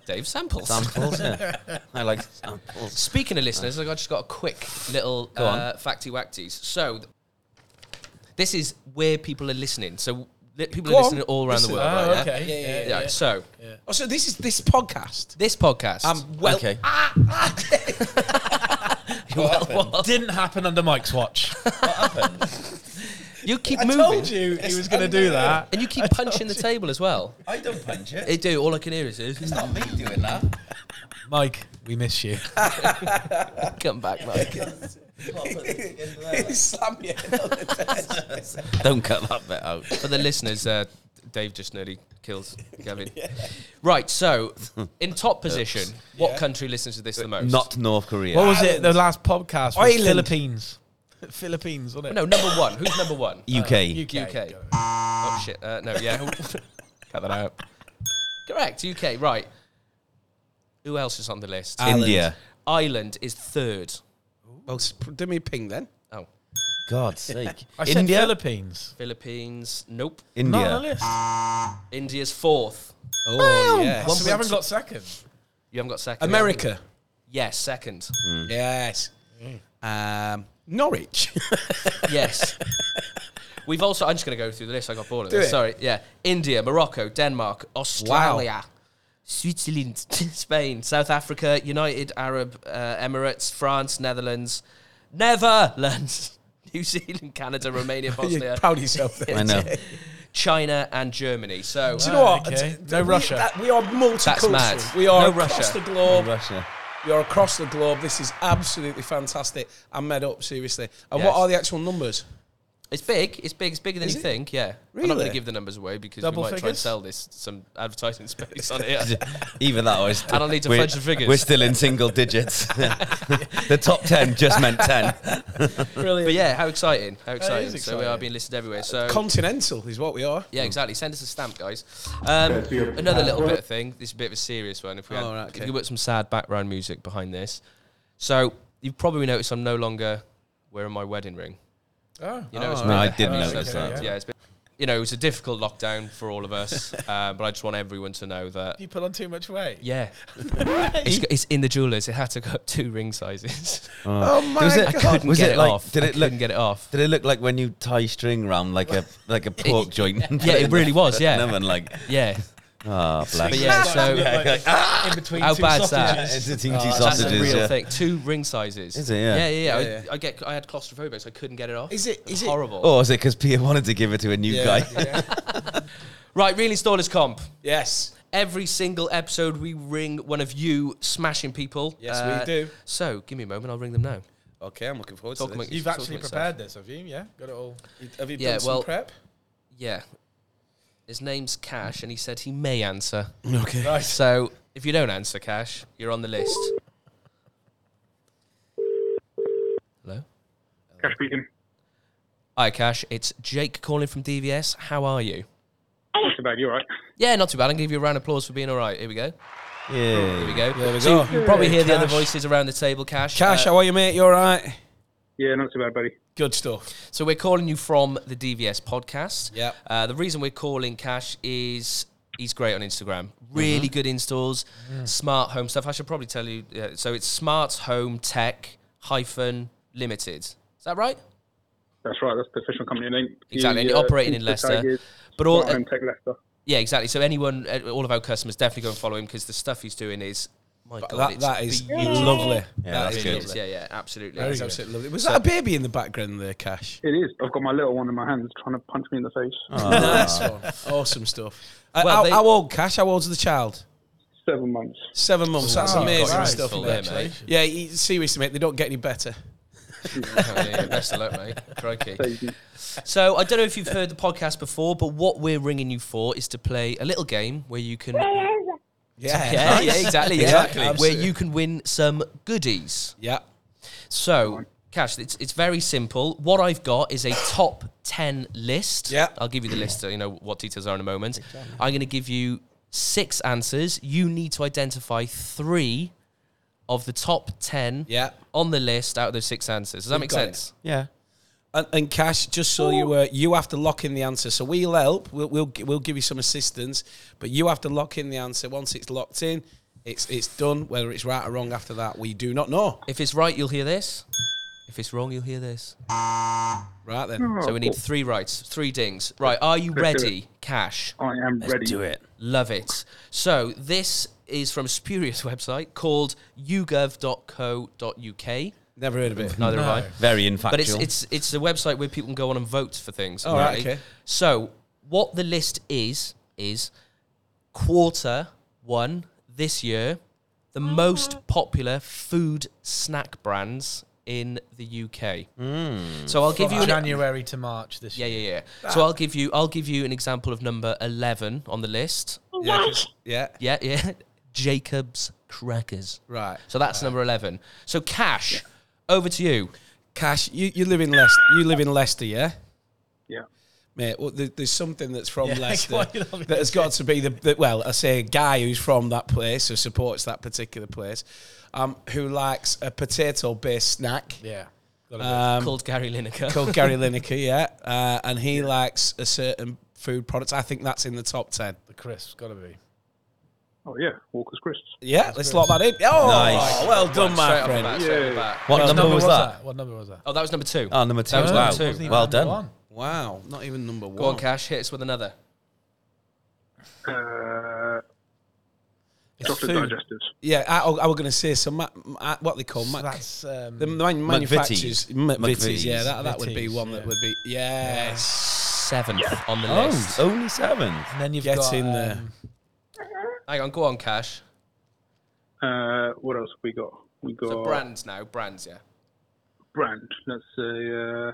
Speaker 2: Dave Samples.
Speaker 3: Samples. yeah. I like samples.
Speaker 2: Speaking of listeners, I just got a quick little
Speaker 3: Go on.
Speaker 2: uh, facty wacties. So, th- this is where people are listening. So, li- people
Speaker 1: Go
Speaker 2: are
Speaker 1: on.
Speaker 2: listening all around the
Speaker 1: Listen.
Speaker 2: world.
Speaker 4: note?
Speaker 2: right, yeah?
Speaker 4: Oh, okay.
Speaker 1: Yeah, yeah,
Speaker 2: Yeah, So,
Speaker 1: oh, so this is this podcast.
Speaker 2: this podcast.
Speaker 1: Um, well,
Speaker 3: okay.
Speaker 2: well, well,
Speaker 4: Didn't happen under Mike's watch.
Speaker 2: you keep
Speaker 4: I
Speaker 2: moving.
Speaker 4: told you he was going to do that.
Speaker 2: And you keep punching the table as well.
Speaker 3: I don't punch it.
Speaker 2: They do. All I can hear is,
Speaker 3: It's not me doing that.
Speaker 4: Mike, we miss you.
Speaker 2: come back, Mike.
Speaker 1: Slam your head on the desk.
Speaker 3: Don't cut that bit out.
Speaker 2: For the listeners, uh, Dave just nearly kills Gavin. Right, so in top position, what country listens to this the most?
Speaker 3: Not North Korea.
Speaker 4: What was it? The last podcast was
Speaker 1: Ireland.
Speaker 4: Philippines. Philippines, wasn't it?
Speaker 2: No, number one. Who's number one?
Speaker 3: UK.
Speaker 2: UK. Oh shit. Uh, no, yeah. Cut that out. Correct. UK. Right. Who else is on the list?
Speaker 3: India.
Speaker 2: Ireland is third.
Speaker 1: Well, sp- do me a ping then.
Speaker 2: Oh,
Speaker 3: God's sake.
Speaker 4: I said
Speaker 3: India.
Speaker 4: Philippines.
Speaker 2: Philippines. Nope.
Speaker 4: Not on the
Speaker 3: India.
Speaker 4: list.
Speaker 2: India's fourth.
Speaker 1: Oh yes.
Speaker 4: So we haven't got second.
Speaker 2: You haven't got second.
Speaker 1: America. Hmm.
Speaker 2: Yes, second.
Speaker 1: Yes. Um, Norwich.
Speaker 2: Yes. We've also. I'm just going to go through the list. I got bored of
Speaker 1: Do
Speaker 2: this.
Speaker 1: it.
Speaker 2: Sorry. Yeah. India, Morocco, Denmark, Australia. Switzerland, Spain, South Africa, United Arab uh, Emirates, France, Netherlands, Netherlands, New Zealand, Canada, Romania,
Speaker 1: You're
Speaker 2: Bosnia,
Speaker 1: proud of yourself. There.
Speaker 3: I know.
Speaker 2: China, and Germany. So uh,
Speaker 1: Do you know what?
Speaker 4: Okay.
Speaker 1: D- d-
Speaker 4: No
Speaker 1: we,
Speaker 4: Russia.
Speaker 1: that- we are multicultural.
Speaker 2: mad.
Speaker 1: We are
Speaker 2: No
Speaker 1: across
Speaker 2: Russia.
Speaker 1: the globe.
Speaker 3: Russia.
Speaker 1: You're across the globe. This is absolutely fantastic. I'm made up, seriously. And what
Speaker 2: Yes.
Speaker 1: are the actual numbers?
Speaker 2: it's big. It's big. It's bigger than you think. Yeah. I'm not going
Speaker 1: Really?
Speaker 2: to give the numbers away because
Speaker 4: Double
Speaker 2: we might try and
Speaker 4: figures?
Speaker 2: sell this some advertising space on it.
Speaker 3: Either that or it's
Speaker 2: I don't need to
Speaker 3: we're-
Speaker 2: fudge the figures.
Speaker 3: We're still in single digits. the top 10 just meant 10.
Speaker 2: But yeah, how exciting! How
Speaker 4: is
Speaker 2: exciting! So we are
Speaker 4: exciting.
Speaker 2: being listed everywhere. So
Speaker 1: Continental is what we are.
Speaker 2: Yeah, exactly. Send us a stamp, guys. Um, another little bit of thing. This is a bit of a serious one. If we, had,
Speaker 1: Oh, right,
Speaker 2: if
Speaker 1: okay.
Speaker 2: we could put some sad background music behind this. So you've probably noticed I'm no longer wearing my wedding ring.
Speaker 4: Oh.
Speaker 2: You know, it's
Speaker 1: Oh,
Speaker 2: been
Speaker 3: No, I
Speaker 2: the
Speaker 3: didn't
Speaker 2: heavy
Speaker 3: notice
Speaker 2: stuff.
Speaker 3: that.
Speaker 2: Yeah, it's been you know, it was a difficult lockdown for all of us, uh, but I just want everyone to know that.
Speaker 4: You put on too much weight.
Speaker 2: Yeah, it's, got- it's in the jewelers. It had to go up two ring sizes.
Speaker 4: Oh my
Speaker 3: Was
Speaker 2: I
Speaker 3: God.
Speaker 2: couldn't
Speaker 3: Was
Speaker 2: get
Speaker 3: it
Speaker 2: it,
Speaker 3: like-
Speaker 2: off.
Speaker 3: did
Speaker 2: I
Speaker 3: it look-
Speaker 2: couldn't get it off.
Speaker 3: Did it look like when you tie string round like a like a pork joint? and put
Speaker 2: Yeah, it
Speaker 3: in the
Speaker 2: really was, yeah.
Speaker 3: oven, like
Speaker 2: Yeah,
Speaker 3: oh bless.
Speaker 2: but yeah. So
Speaker 3: Yeah, like,
Speaker 4: in between
Speaker 2: how
Speaker 4: two
Speaker 2: bad's that?
Speaker 4: sausages.
Speaker 3: It's a tinky
Speaker 2: that's
Speaker 3: Uh, sausages.
Speaker 2: a real
Speaker 3: yeah.
Speaker 2: thing. Two ring sizes.
Speaker 3: Is it? Yeah.
Speaker 2: Yeah, yeah.
Speaker 1: Yeah,
Speaker 2: I,
Speaker 1: yeah.
Speaker 2: I get. I had claustrophobia, so I couldn't get it off.
Speaker 1: Is it-
Speaker 2: was
Speaker 1: is it-
Speaker 2: horrible?
Speaker 3: Or Oh, is it because Peter wanted to give it to a new guy?
Speaker 2: Right, real installers comp.
Speaker 1: Yes.
Speaker 2: Every single episode, we ring one of you smashing people. Uh,
Speaker 1: Yes, we do.
Speaker 2: So give me a moment. I'll ring them now.
Speaker 1: Okay, I'm looking forward
Speaker 2: Talk
Speaker 1: to this.
Speaker 2: amongst-
Speaker 4: You've
Speaker 2: Talk
Speaker 4: actually
Speaker 2: about
Speaker 4: prepared this, have you? Yeah, got it all.
Speaker 1: Have you
Speaker 2: Yeah,
Speaker 1: done
Speaker 2: well- uh,
Speaker 1: some prep?
Speaker 2: Yeah. His name's Cash, and he said he may answer.
Speaker 1: Okay.
Speaker 4: Right.
Speaker 2: So if you don't answer, Cash, you're on the list. Hello.
Speaker 6: Cash speaking.
Speaker 2: Hi, Cash. It's Jake calling from DVS. How are you?
Speaker 6: Not too bad, you alright?
Speaker 2: Yeah, not too bad. I'll give you a round of applause for being all right. Here we go. Here
Speaker 3: Yeah.
Speaker 2: we go.
Speaker 1: There we
Speaker 2: So
Speaker 1: go.
Speaker 2: you probably hear the other
Speaker 1: Cash.
Speaker 2: voices around the table, Cash.
Speaker 1: Cash,
Speaker 2: Uh,
Speaker 1: how are you, mate? You all right?
Speaker 6: Yeah, not too bad, buddy.
Speaker 1: Good stuff.
Speaker 2: So we're calling you from the DVS podcast.
Speaker 1: Yep.
Speaker 2: Uh, the reason we're calling Cash is he's great on Instagram. Really
Speaker 1: Mm-hmm.
Speaker 2: good installs,
Speaker 1: Mm.
Speaker 2: smart home stuff. I should probably tell you. Yeah, so it's Smart Home Tech hyphen Limited. Is that right?
Speaker 6: That's right, that's the official company name.
Speaker 2: Exactly. And
Speaker 6: The, uh,
Speaker 2: you're operating in
Speaker 6: Insta
Speaker 2: Leicester.
Speaker 6: tag is
Speaker 2: But all- uh,
Speaker 6: Smart Home Tech Leicester.
Speaker 2: Yeah, exactly. So anyone, uh, all of our customers, definitely go and follow him because the stuff he's doing is my god,
Speaker 1: That,
Speaker 2: it's
Speaker 1: that is
Speaker 2: beautiful.
Speaker 1: lovely. that
Speaker 3: that's
Speaker 1: is
Speaker 2: It
Speaker 3: good.
Speaker 1: lovely.
Speaker 2: is, Yeah, yeah, absolutely.
Speaker 1: That is
Speaker 2: So-
Speaker 1: absolutely lovely. Was that a baby in the background there, Cash?
Speaker 6: It is. I've got my little one in my hands trying to punch me in the face.
Speaker 1: Nice one. Awesome stuff. Uh,
Speaker 2: Well,
Speaker 1: how,
Speaker 2: they-
Speaker 1: how old, Cash? How old's the child?
Speaker 6: Seven months.
Speaker 1: Seven months. That's
Speaker 2: Wow.
Speaker 6: Oh,
Speaker 1: amazing
Speaker 2: Got
Speaker 1: stuff.
Speaker 2: your
Speaker 1: mate.
Speaker 2: there, mate.
Speaker 1: Yeah, you, seriously, mate, they don't get any better.
Speaker 2: Yeah, yeah, best of luck, mate. Crikey.
Speaker 6: Thank you.
Speaker 2: So I don't know if you've heard the podcast before, but what we're ringing you for is to play a little game where you can, yeah,
Speaker 1: Yeah,
Speaker 2: yeah, exactly, yeah.
Speaker 1: Exactly,
Speaker 2: where
Speaker 1: absolutely.
Speaker 2: you can win some goodies.
Speaker 1: Yeah.
Speaker 2: So, Cash, it's it's very simple. What I've got is a top ten list.
Speaker 1: Yeah.
Speaker 2: I'll give you the list. So you know what details are in a moment. I'm going to give you six answers. You need to identify three of the top ten.
Speaker 1: Yeah.
Speaker 2: On the list out of those six answers. Does that make
Speaker 1: got it.
Speaker 2: sense?
Speaker 3: Yeah.
Speaker 1: And, and Cash, just so you were, you have to lock in the answer. So we'll help. We'll, we'll gi- we'll give you some assistance, but you have to lock in the answer. Once it's locked in, it's it's done. Whether it's right or wrong after that, we do not know.
Speaker 2: If it's right, you'll hear this. If it's wrong, you'll hear this.
Speaker 1: Right then.
Speaker 2: So we need three rights, three dings. Right, are you
Speaker 6: Let's do
Speaker 2: ready? Cash.
Speaker 6: I am ready.
Speaker 3: it.
Speaker 2: Love it. So this is from a spurious website called yougov.co.uk.
Speaker 1: Never heard of it.
Speaker 2: Neither have I.
Speaker 3: Very infactual.
Speaker 2: But it's it's it's a website where people can go on and vote for things.
Speaker 1: right,
Speaker 2: apparently.
Speaker 1: okay.
Speaker 2: So what the list is is quarter one this year, the most popular food snack brands in the UK. So I'll give you an,
Speaker 4: January to March this
Speaker 2: yeah,
Speaker 4: year.
Speaker 2: yeah, yeah. So I'll give you I'll give you an example of number eleven on the list.
Speaker 1: Yeah. 'cause- yeah.
Speaker 2: Yeah, yeah. Jacob's crackers.
Speaker 1: Right.
Speaker 2: So that's number eleven. So cash, over to you.
Speaker 1: Cash, you, you live in Leicester. You live in Leicester, yeah,
Speaker 6: Yeah.
Speaker 1: mate. Well, there, there's something that's from
Speaker 4: Yeah,
Speaker 1: Leicester
Speaker 4: why you love it?
Speaker 1: that has got to be the, the well, I say a guy who's from that place who supports that particular place, um, who likes a potato-based snack
Speaker 4: Yeah. Got it.
Speaker 1: um,
Speaker 2: Called Gary Lineker.
Speaker 1: called Gary Lineker, yeah, uh, and he likes a certain food product. I think that's in the top ten.
Speaker 4: the crisps, got to be.
Speaker 6: Oh yeah, Walker's Crisps.
Speaker 1: Yeah, let's lock that in. Oh,
Speaker 3: Nice.
Speaker 1: well done,
Speaker 2: Straight
Speaker 1: my
Speaker 2: off the
Speaker 1: friend.
Speaker 2: bat, straight off the
Speaker 6: Yeah.
Speaker 2: bat.
Speaker 3: what number, was that?
Speaker 4: What number was that?
Speaker 2: Oh, that was number two.
Speaker 3: Oh, number two.
Speaker 2: That was
Speaker 3: wow.
Speaker 2: number two.
Speaker 4: Wasn't even
Speaker 3: Well
Speaker 4: number
Speaker 3: done.
Speaker 4: one.
Speaker 1: Wow, not even number one.
Speaker 2: Go on, Cash, hit us with another.
Speaker 6: Uh,
Speaker 1: It's
Speaker 6: chocolate
Speaker 1: food.
Speaker 6: digestives.
Speaker 1: Yeah, I, I were going to say some ma- ma- what they call
Speaker 4: So
Speaker 1: mac.
Speaker 4: that's um,
Speaker 1: The man- manufacturers, McVitie's,
Speaker 3: McVitie's.
Speaker 1: yeah, that, that would be
Speaker 4: McVitie's,
Speaker 1: one that
Speaker 4: yeah.
Speaker 1: would be yes.
Speaker 2: Seventh on the
Speaker 3: Oh,
Speaker 2: list.
Speaker 3: only seven.
Speaker 4: and then you've
Speaker 1: Get
Speaker 4: got
Speaker 1: in there.
Speaker 4: um,
Speaker 2: Hang on, go on, Cash.
Speaker 6: Uh, what else have we got? We got
Speaker 2: So brands now, brands, yeah.
Speaker 6: brand. Let's say uh,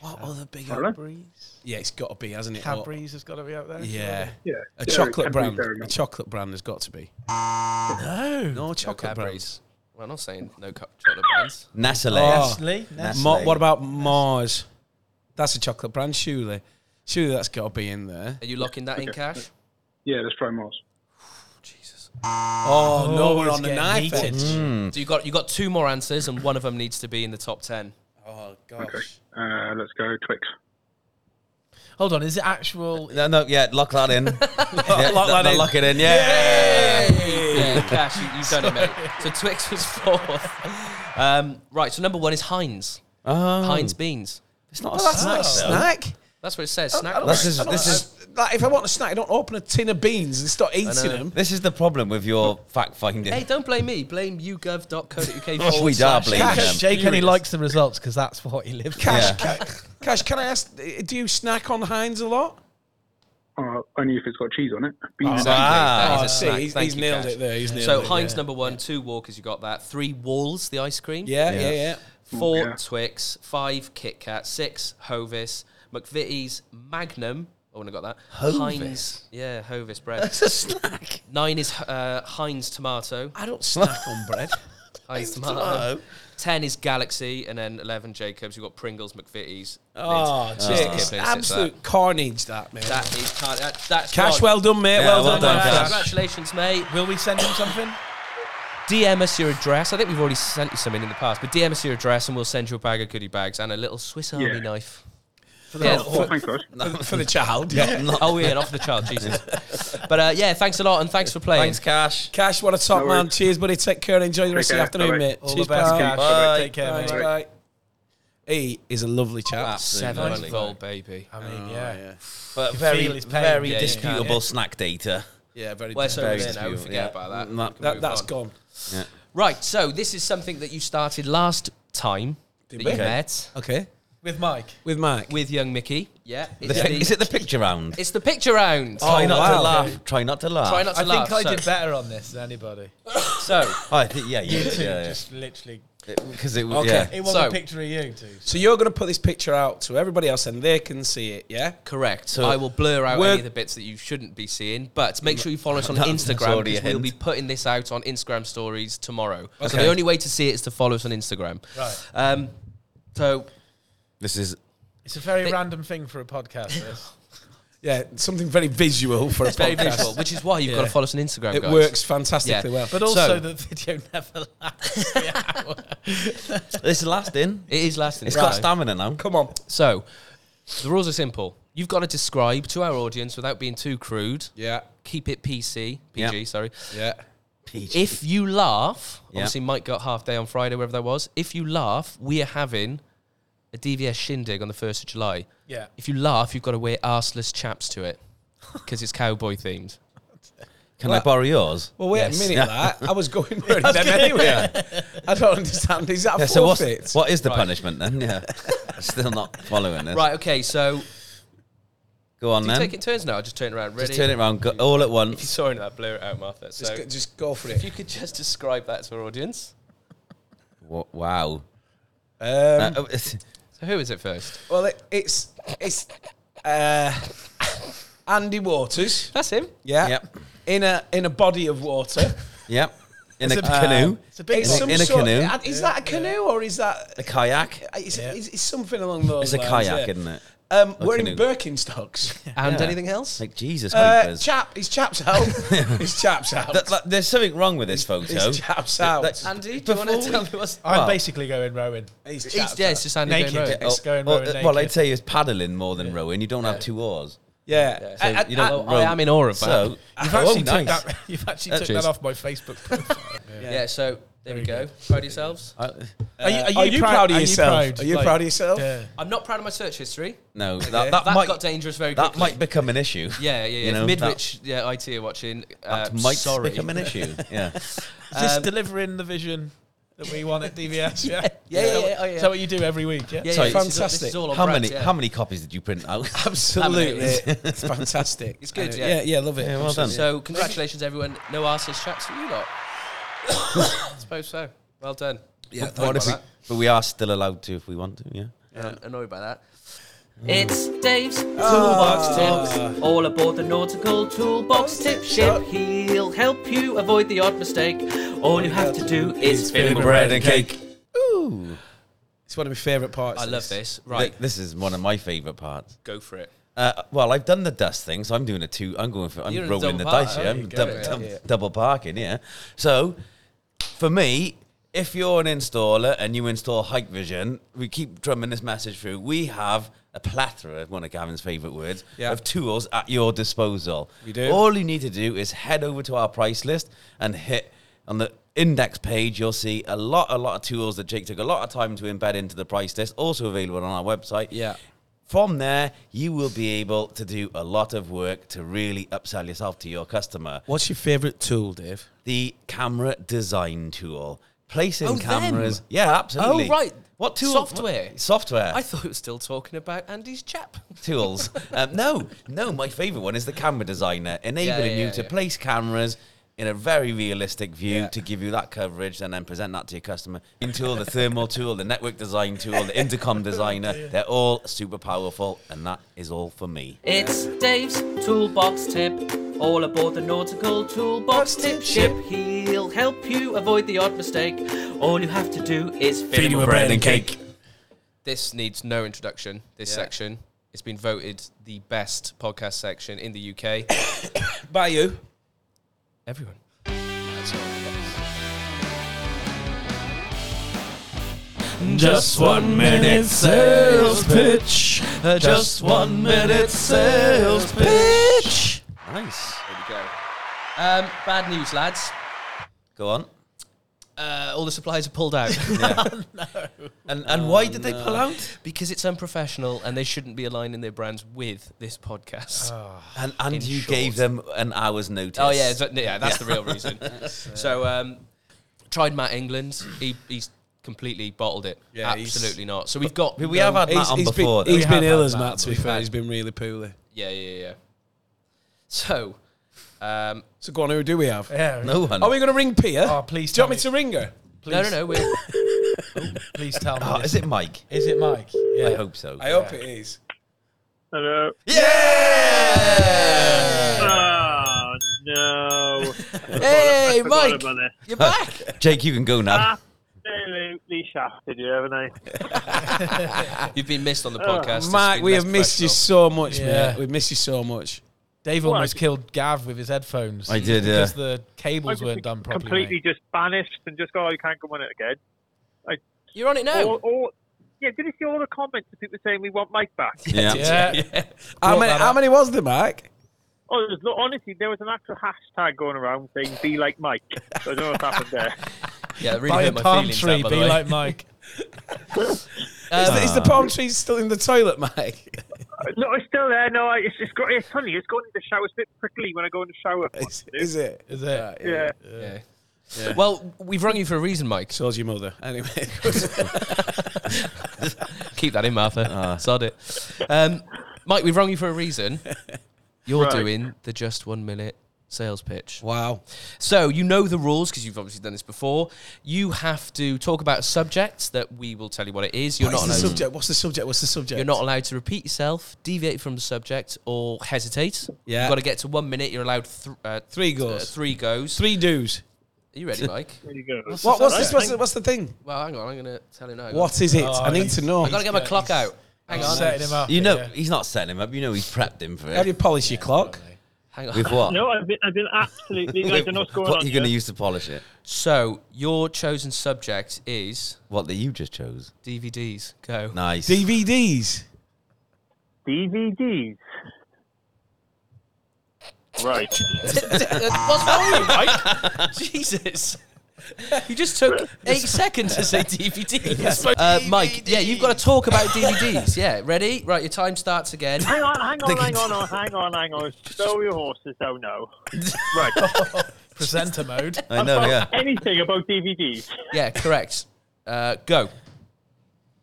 Speaker 1: What other big?
Speaker 6: Hello?
Speaker 1: Yeah, it's got to be, hasn't it? Or-
Speaker 4: Cadbury's has got to be up there.
Speaker 1: yeah,
Speaker 6: yeah.
Speaker 1: a
Speaker 6: yeah,
Speaker 1: chocolate
Speaker 6: Cadbury
Speaker 1: brand.
Speaker 6: Dairy
Speaker 1: A
Speaker 6: Milk.
Speaker 1: chocolate brand has got to be. No, no chocolate brands.
Speaker 2: Cadbury's. Well, I'm not saying no co- chocolate brands.
Speaker 3: Nestle.
Speaker 1: Oh.
Speaker 4: Nestle, Nestle.
Speaker 1: Ma- what about Mars? That's a chocolate brand, surely. Surely that's got to be in there.
Speaker 2: Are you locking that in, Cash?
Speaker 6: yeah, let's try Mars.
Speaker 2: Jesus.
Speaker 1: Oh, no, we're
Speaker 4: it's
Speaker 1: on the
Speaker 4: getting
Speaker 1: knife
Speaker 4: heated.
Speaker 1: edge.
Speaker 2: So you got you got two more answers, and one of them needs to be in the top ten.
Speaker 1: Oh gosh.
Speaker 6: Uh, let's go Twix.
Speaker 4: Hold on, is it actual?
Speaker 3: No, no, yeah, lock that in. Yeah,
Speaker 1: Lock that
Speaker 3: no,
Speaker 1: in.
Speaker 3: Lock it in, yeah.
Speaker 2: Yeah, Cash, you, you've done it, mate. So Twix was fourth. Um, right, so number one is Heinz.
Speaker 3: Oh,
Speaker 1: Hmm.
Speaker 2: Heinz beans.
Speaker 3: It's not a snack, though.
Speaker 1: Snack?
Speaker 2: That's what it says. Snack.
Speaker 1: I don't-
Speaker 3: This is-
Speaker 1: I don't-
Speaker 3: this is-
Speaker 1: like if I want a snack, I don't open a tin of beans and start eating them.
Speaker 3: This is the problem with your fact finding.
Speaker 2: hey, don't blame me. Blame yougov.co.uk.
Speaker 3: Oh, we
Speaker 2: forward
Speaker 3: are
Speaker 2: slash
Speaker 3: blaming
Speaker 1: Cash.
Speaker 3: them.
Speaker 4: Jake only likes the results because that's what he lives. for.
Speaker 1: Cash,
Speaker 3: Yeah.
Speaker 1: ca- Cash, can I ask? uh, Do you snack on Heinz a lot?
Speaker 6: Uh, only if it's got cheese on it. Beans.
Speaker 2: Exactly.
Speaker 3: Ah.
Speaker 2: that
Speaker 1: Oh,
Speaker 2: is a
Speaker 1: see,
Speaker 2: snack.
Speaker 1: he's-
Speaker 2: Thank
Speaker 1: he's
Speaker 2: you,
Speaker 1: nailed
Speaker 2: Cash.
Speaker 1: it there, he's nailed
Speaker 2: so
Speaker 1: it,
Speaker 2: Heinz
Speaker 1: yeah.
Speaker 2: number one, two Walkers, you got that. Three Walls, the ice cream.
Speaker 1: Yeah, yeah, yeah.
Speaker 2: Four
Speaker 6: Yeah.
Speaker 2: Twix, five Kit Kat, six Hovis, McVitie's, Magnum. Oh, I wouldn't have got that. Heinz. Yeah, Hovis bread.
Speaker 3: It's a snack.
Speaker 2: Nine is uh, Heinz tomato.
Speaker 1: I don't snack on bread.
Speaker 2: Heinz tomato.
Speaker 3: tomato.
Speaker 2: Ten is Galaxy, and then eleven Jacobs. You've got Pringles, McVitie's.
Speaker 1: Oh,
Speaker 2: Lids. Just a
Speaker 1: gee, it's
Speaker 2: kid who sips
Speaker 1: absolute carnage, that man.
Speaker 2: That, that is kind that, that's
Speaker 1: Cash,
Speaker 2: God.
Speaker 1: well done, mate.
Speaker 3: Yeah,
Speaker 1: well,
Speaker 3: well
Speaker 1: done,
Speaker 3: done,
Speaker 1: mate.
Speaker 3: Cash.
Speaker 2: Congratulations, mate.
Speaker 4: Will we send him something?
Speaker 2: DM us your address. I think we've already sent you some in in the past, but DM us your address and we'll send you a bag of goodie bags and a little Swiss Army
Speaker 6: Yeah.
Speaker 2: knife. Yeah,
Speaker 6: Oh, thank God.
Speaker 1: For, for the child, yeah.
Speaker 2: oh, yeah, and off the child, Jesus. But uh, yeah, thanks a lot and thanks for playing.
Speaker 3: Thanks, Cash.
Speaker 1: Cash, what a top
Speaker 6: No
Speaker 1: man.
Speaker 6: worries.
Speaker 1: Cheers, buddy. Take care and enjoy the rest of the
Speaker 6: care.
Speaker 1: afternoon,
Speaker 6: Bye-bye.
Speaker 1: mate.
Speaker 4: All
Speaker 1: Cheers,
Speaker 4: the best,
Speaker 1: pal.
Speaker 4: Cash.
Speaker 3: Bye.
Speaker 4: Take care,
Speaker 1: Thanks,
Speaker 4: mate.
Speaker 1: bye. He is a lovely chap.
Speaker 2: Seven
Speaker 3: Absolutely.
Speaker 2: month old baby.
Speaker 4: I mean,
Speaker 3: Oh,
Speaker 4: yeah.
Speaker 3: But
Speaker 4: feel
Speaker 3: very,
Speaker 4: his pain.
Speaker 3: very
Speaker 2: Yeah, you
Speaker 3: disputable snack data.
Speaker 1: Yeah, very
Speaker 2: Well,
Speaker 1: good.
Speaker 2: it's over
Speaker 3: Very
Speaker 2: there now. We
Speaker 3: disputable,
Speaker 2: forget
Speaker 3: yeah. Mm,
Speaker 2: about that.
Speaker 3: That-
Speaker 2: We can
Speaker 1: That,
Speaker 2: move
Speaker 1: that's
Speaker 2: on.
Speaker 1: gone.
Speaker 2: Right, so this is something that you started last time that
Speaker 1: we?
Speaker 2: you met
Speaker 1: Okay.
Speaker 4: With Mike.
Speaker 1: With Mike.
Speaker 2: with young Mickey. Yeah.
Speaker 3: The
Speaker 2: It's,
Speaker 3: pic-
Speaker 2: the,
Speaker 3: is it the picture round?
Speaker 2: it's the picture round.
Speaker 3: Try
Speaker 1: Oh,
Speaker 3: not
Speaker 1: wow.
Speaker 3: to laugh. Try not to laugh.
Speaker 2: Try not to
Speaker 4: I
Speaker 2: laugh.
Speaker 4: think I
Speaker 2: so-
Speaker 4: did better on this than anybody.
Speaker 2: so
Speaker 3: Oh, I think, yeah, you did,
Speaker 4: Two,
Speaker 3: yeah,
Speaker 4: Just literally,
Speaker 3: because it was.
Speaker 1: Okay.
Speaker 3: Yeah.
Speaker 4: it was
Speaker 2: So-
Speaker 4: a picture of you two.
Speaker 1: So you're going to put this picture out to everybody else and they can see it, yeah?
Speaker 2: Correct. I will blur out
Speaker 1: We're-
Speaker 2: any of the bits that you shouldn't be seeing, but make sure you follow us on
Speaker 3: That- that's
Speaker 2: Instagram
Speaker 3: already a
Speaker 2: because we'll be
Speaker 3: hint.
Speaker 2: putting this out on Instagram stories tomorrow. So
Speaker 3: Okay.
Speaker 2: the only way to see it is to follow us on Instagram.
Speaker 4: Right.
Speaker 2: Um, so
Speaker 3: This is
Speaker 4: It's a very random thing for a podcast. This.
Speaker 1: Yeah, something very visual for a
Speaker 2: it's very
Speaker 1: podcast.
Speaker 2: visual, which is why you've got to follow us on Instagram.
Speaker 1: It
Speaker 2: guys.
Speaker 1: works fantastically
Speaker 2: Yeah.
Speaker 1: well.
Speaker 4: But
Speaker 1: But
Speaker 4: also,
Speaker 2: So-
Speaker 4: the video never lasts.
Speaker 3: this is last in.
Speaker 2: It is lasting.
Speaker 3: It's
Speaker 2: so-
Speaker 3: got stamina now.
Speaker 1: come on.
Speaker 2: so the rules are simple. You've got to describe to our audience without being too crude.
Speaker 1: Yeah.
Speaker 2: Keep it PC, PG,
Speaker 3: Yeah.
Speaker 2: sorry.
Speaker 1: Yeah.
Speaker 3: Peach.
Speaker 2: If you laugh,
Speaker 3: Yeah.
Speaker 2: obviously Mike got half day on Friday, wherever that was. If you laugh, we are having a DVS shindig on the 1st of July.
Speaker 4: Yeah.
Speaker 2: If you laugh, you've got to wear arseless chaps to it because it's cowboy themed.
Speaker 3: Can I borrow yours?
Speaker 1: Well, wait
Speaker 2: Yes.
Speaker 1: a minute, that. I was going with them anyway. I don't understand. Is that a
Speaker 3: Yeah, so what's,
Speaker 1: forfeit?
Speaker 3: what is the punishment then? Yeah, still not following this.
Speaker 2: Right, okay, so
Speaker 3: go on
Speaker 2: do you
Speaker 3: then.
Speaker 2: take it turns now? I'll just turn it around. Ready?
Speaker 3: Just turn it around go, all at
Speaker 2: You
Speaker 3: once.
Speaker 2: saw in that, blur it out, Martha. So
Speaker 1: just, go, just go for
Speaker 2: if
Speaker 1: it.
Speaker 2: you could just describe that to our audience.
Speaker 3: Wa- Wow.
Speaker 1: Um,
Speaker 3: Uh, it's-
Speaker 2: So who is it first?
Speaker 1: well, it, it's it's uh, Andy Waters.
Speaker 2: That's him.
Speaker 1: Yeah.
Speaker 3: Yep.
Speaker 1: In a in a body of water.
Speaker 3: Yep. In a canoe,
Speaker 4: It's a big
Speaker 1: um, It's
Speaker 3: In a-
Speaker 1: some
Speaker 3: in a
Speaker 1: sort- uh,
Speaker 3: canoe?
Speaker 1: Is that a canoe or is that?
Speaker 3: a kayak.
Speaker 1: It's, it's, it's something along those
Speaker 3: It's a
Speaker 1: lines.
Speaker 3: kayak,
Speaker 1: yeah.
Speaker 3: isn't it?
Speaker 1: Um, wearing
Speaker 3: canoe.
Speaker 1: Birkenstocks.
Speaker 2: And anything else?
Speaker 3: Like Jesus
Speaker 1: Uh,
Speaker 3: creepers.
Speaker 1: chap, his chaps out. his chaps out.
Speaker 3: That- like, there's something wrong with this photo.
Speaker 1: his chaps out.
Speaker 3: That's-
Speaker 2: Andy, do you want to
Speaker 3: Before
Speaker 2: tell
Speaker 3: we-
Speaker 2: me what's...
Speaker 4: I'm
Speaker 3: Well-
Speaker 4: basically going rowing.
Speaker 1: His
Speaker 2: He's-
Speaker 1: chaps
Speaker 2: yeah,
Speaker 1: out.
Speaker 2: it's just Andy
Speaker 4: Naked.
Speaker 2: going rogue.
Speaker 4: Yeah. It's going
Speaker 3: well,
Speaker 4: round
Speaker 3: uh,
Speaker 4: naked.
Speaker 3: well, I'd say it's paddling more than rowing. You don't have two oars.
Speaker 2: Uh,
Speaker 1: Yeah.
Speaker 3: So
Speaker 1: I- I-
Speaker 3: you don't
Speaker 1: I-
Speaker 2: I am in awe of that.
Speaker 3: So
Speaker 4: You've
Speaker 3: Oh,
Speaker 4: actually, took,
Speaker 3: nice.
Speaker 4: that, you've actually took that
Speaker 2: is-
Speaker 4: off my Facebook profile.
Speaker 2: Yeah, so there we go. Proud of yourselves.
Speaker 3: I-
Speaker 4: Are you,
Speaker 1: Are you proud of yourself? Are you
Speaker 4: Like,
Speaker 1: proud of yourself?
Speaker 4: Yeah.
Speaker 2: I'm not proud of my search history.
Speaker 3: no, that, that,
Speaker 2: That,
Speaker 3: might
Speaker 2: got dangerous very quickly.
Speaker 3: that might become an issue.
Speaker 2: Yeah, yeah, yeah.
Speaker 3: You know,
Speaker 2: if Midwich, yeah, IT are watching. Uh,
Speaker 3: That might
Speaker 2: sorry.
Speaker 3: become an issue. Yeah.
Speaker 4: Is this
Speaker 2: Um,
Speaker 4: delivering the vision that we want at DVS? yeah. Is that
Speaker 2: yeah, yeah,
Speaker 4: what-
Speaker 2: yeah,
Speaker 4: Is
Speaker 2: yeah.
Speaker 4: that what you do every week? Yeah.
Speaker 2: yeah,
Speaker 3: Sorry.
Speaker 2: yeah, this is-
Speaker 1: Fantastic.
Speaker 2: This is all on
Speaker 3: How
Speaker 2: brand,
Speaker 3: many
Speaker 2: yeah.
Speaker 3: how many copies did you print out?
Speaker 1: Absolutely.
Speaker 2: Laminated.
Speaker 1: it's fantastic.
Speaker 2: It's good,
Speaker 1: Uh,
Speaker 2: yeah.
Speaker 1: Yeah, yeah, love it.
Speaker 3: Yeah, well done.
Speaker 2: So congratulations, everyone. No arses chats for you lot. I suppose so. Well done.
Speaker 1: Yeah,
Speaker 3: But what if we- but we are still allowed to if we want to. Yeah. Mm. Ah.
Speaker 2: I'm annoyed by that.
Speaker 7: It's Dave's Toolbox Tips. All aboard the nautical toolbox tip ship. He'll help you avoid the odd mistake. All
Speaker 3: Oh
Speaker 7: you have to do is film
Speaker 3: and cake. Ooh.
Speaker 1: It's one of my favourite parts.
Speaker 2: I
Speaker 1: of
Speaker 2: love this. Right,
Speaker 3: Th- This is one of my favorite parts.
Speaker 2: go for it.
Speaker 3: Uh, well, I've done the dust thing, so I'm doing a two. I'm going for. I'm
Speaker 2: You're in double
Speaker 3: rolling the
Speaker 2: park,
Speaker 3: dice
Speaker 2: aren't
Speaker 3: here.
Speaker 2: you?
Speaker 3: I'm
Speaker 2: Go
Speaker 3: dub-
Speaker 2: for it.
Speaker 3: dub- double parking. Yeah. So, for me, if you're an installer and you install Hike Vision, we keep drumming this message through. We have a plethora, one of Gavin's favorite words,
Speaker 1: Yeah.
Speaker 3: of tools at your disposal.
Speaker 1: We do.
Speaker 3: All you need to do is head over to our price list and hit on the index page. You'll see a lot, a lot of tools that Jake took a lot of time to embed into the price list, also available on our website.
Speaker 1: Yeah.
Speaker 3: From there, you will be able to do a lot of work to really upsell yourself to your customer
Speaker 1: What's your favourite tool, Dave?
Speaker 3: the camera design tool. Placing
Speaker 2: Oh, them.
Speaker 3: cameras. Yeah, absolutely.
Speaker 2: Oh, right.
Speaker 3: What tool?
Speaker 2: Software.
Speaker 3: what- software.
Speaker 2: I thought we were still talking about Andy's chap.
Speaker 3: tools. um, no, no, my favorite one is the camera designer, enabling
Speaker 2: yeah,
Speaker 3: you to
Speaker 2: yeah.
Speaker 3: place cameras in a very realistic view
Speaker 1: Yeah.
Speaker 3: to give you that coverage and then present that to your customer. In tool, the thermal tool, the network design tool, the intercom designer, they're all super powerful, and that is all for me.
Speaker 7: It's Dave's toolbox tip. All aboard the nautical toolbox tip ship. He'll help you avoid the odd mistake. All you have to do is feed him a bread.
Speaker 3: and cake.
Speaker 2: This needs no introduction. This section. It's been voted the best podcast section in the UK.
Speaker 1: By you.
Speaker 2: Everyone.
Speaker 3: Just one minute sales pitch.
Speaker 2: Uh,
Speaker 3: Just one minute sales pitch. Nice.
Speaker 2: There we go. Um, bad news, lads.
Speaker 3: Go on.
Speaker 2: Uh, all the supplies are pulled out
Speaker 3: And and why did they pull out?
Speaker 2: because it's unprofessional and they shouldn't be aligning their brands with this podcast.
Speaker 3: And and
Speaker 2: In
Speaker 3: you
Speaker 2: short.
Speaker 3: gave them an hour's notice.
Speaker 2: Oh yeah, so- yeah, that's the real reason. so um, tried Matt England. He, he's completely bottled it.
Speaker 1: Yeah, he's-
Speaker 2: absolutely not. So we've got
Speaker 3: We- we have had Matt on before.
Speaker 1: Been,
Speaker 3: though.
Speaker 1: he's been ill as
Speaker 4: Matt
Speaker 1: Matt, to be fair. He's been really poorly.
Speaker 2: yeah, yeah, yeah. So um,
Speaker 1: So go on, who do we have?
Speaker 4: Yeah.
Speaker 3: no one.
Speaker 1: Are we going to ring Pia?
Speaker 4: Oh, please
Speaker 1: Do you want me to
Speaker 4: tell
Speaker 1: ring her?
Speaker 2: no, no, no. We're,
Speaker 4: Please tell me.
Speaker 3: Oh,
Speaker 4: this.
Speaker 3: is it Mike?
Speaker 4: Is it Mike? Yeah.
Speaker 3: I hope so.
Speaker 1: I hope it is.
Speaker 6: Hello.
Speaker 3: Yeah.
Speaker 6: Oh, no.
Speaker 2: hey,
Speaker 6: I forgot
Speaker 2: Mike,
Speaker 6: about this.
Speaker 2: you're back.
Speaker 3: Jake, you can go
Speaker 6: Ah.
Speaker 3: now.
Speaker 6: Absolutely shafted you, haven't I?
Speaker 2: You've been missed on the podcast. It's
Speaker 1: Mike,
Speaker 2: been
Speaker 1: we
Speaker 2: less
Speaker 1: have missed you
Speaker 2: professional.
Speaker 1: so much,
Speaker 4: Yeah.
Speaker 1: mate. We've missed you so much.
Speaker 4: Dave almost killed Gav with his headphones.
Speaker 3: I did, uh, yeah.
Speaker 4: Because the
Speaker 6: I
Speaker 4: cables
Speaker 6: just
Speaker 4: weren't done properly.
Speaker 6: completely
Speaker 4: mate.
Speaker 6: just vanished and just go, oh, you can't go on it again.
Speaker 2: You're on it now.
Speaker 6: Or, or, yeah, did you see all the comments of people saying we want Mike back?
Speaker 3: Yeah.
Speaker 4: Yeah.
Speaker 1: How
Speaker 4: Brought
Speaker 1: many,
Speaker 4: that
Speaker 1: how
Speaker 4: up.
Speaker 1: many was there, Mike?
Speaker 6: Oh, there's, no- honestly, there was an actual hashtag going around saying "Be like Mike." So I don't know what's happened there.
Speaker 2: yeah, it really
Speaker 4: By a
Speaker 2: hurt my
Speaker 4: palm
Speaker 2: feelings.
Speaker 4: tree,
Speaker 2: that, by the
Speaker 4: be
Speaker 2: way.
Speaker 4: like Mike.
Speaker 1: Is, the, is the palm tree still in the toilet, Mike?
Speaker 6: No, it's still there. No, I- it's it's got it's funny. It's going in the shower. It's a bit prickly when I go in the shower.
Speaker 1: Is, is it? Uh,
Speaker 4: Is it?
Speaker 6: yeah.
Speaker 2: Yeah. Well, we've rung you for a reason, Mike.
Speaker 1: So's your mother. Anyway.
Speaker 2: Keep that in, Martha.
Speaker 1: Ah.
Speaker 2: Sod it. Um, Mike, we've rung you for a reason. You're
Speaker 6: Right.
Speaker 2: doing the just one minute sales pitch.
Speaker 1: wow.
Speaker 2: So you know the rules because you've obviously done this before. You have to talk about a subject that we will tell you what it is. You're
Speaker 1: What's
Speaker 2: not
Speaker 1: the
Speaker 2: allowed.
Speaker 1: subject? What's the subject? What's the subject?
Speaker 2: You're not allowed to repeat yourself, deviate from the subject, or hesitate.
Speaker 1: Yeah.
Speaker 2: You've got to get to one minute. You're allowed th- uh,
Speaker 1: Three
Speaker 2: uh,
Speaker 1: goes.
Speaker 2: three goes.
Speaker 1: Three do's.
Speaker 2: Are you ready, Mike?
Speaker 6: There you go.
Speaker 1: What, what's, this, what's, the, what's the thing?
Speaker 2: well, hang on. I'm going to tell you now.
Speaker 1: What is it?
Speaker 4: Oh,
Speaker 1: I need
Speaker 4: he's-
Speaker 1: to know.
Speaker 2: I've got to get my clock out. Hang on.
Speaker 4: Setting him up.
Speaker 3: You know
Speaker 4: yeah.
Speaker 3: he's not setting him up. You know he's prepped him for
Speaker 1: How do you
Speaker 3: it.
Speaker 1: polish your clock?
Speaker 2: Hang on.
Speaker 3: With what?
Speaker 6: No, I've been I've been absolutely. I don't know what's going
Speaker 3: What
Speaker 6: on.
Speaker 3: are you going to
Speaker 6: here.
Speaker 3: use to polish it?
Speaker 2: So your chosen subject is
Speaker 3: What that you just chose.
Speaker 2: DVDs. Go.
Speaker 3: Nice.
Speaker 1: DVDs.
Speaker 6: DVDs. Right.
Speaker 2: What's wrong with you, Mike? Jesus. You just took eight seconds to say DVD. Uh, Mike, yeah, you've got to talk about DVDs. Yeah, ready? Right, your time starts again.
Speaker 6: Hang on, hang on, hang on, hang on, hang on. Stow your horses. Oh no. Right.
Speaker 4: Presenter mode.
Speaker 3: I know. Yeah.
Speaker 6: Anything about DVDs?
Speaker 2: Yeah, correct. Uh, go.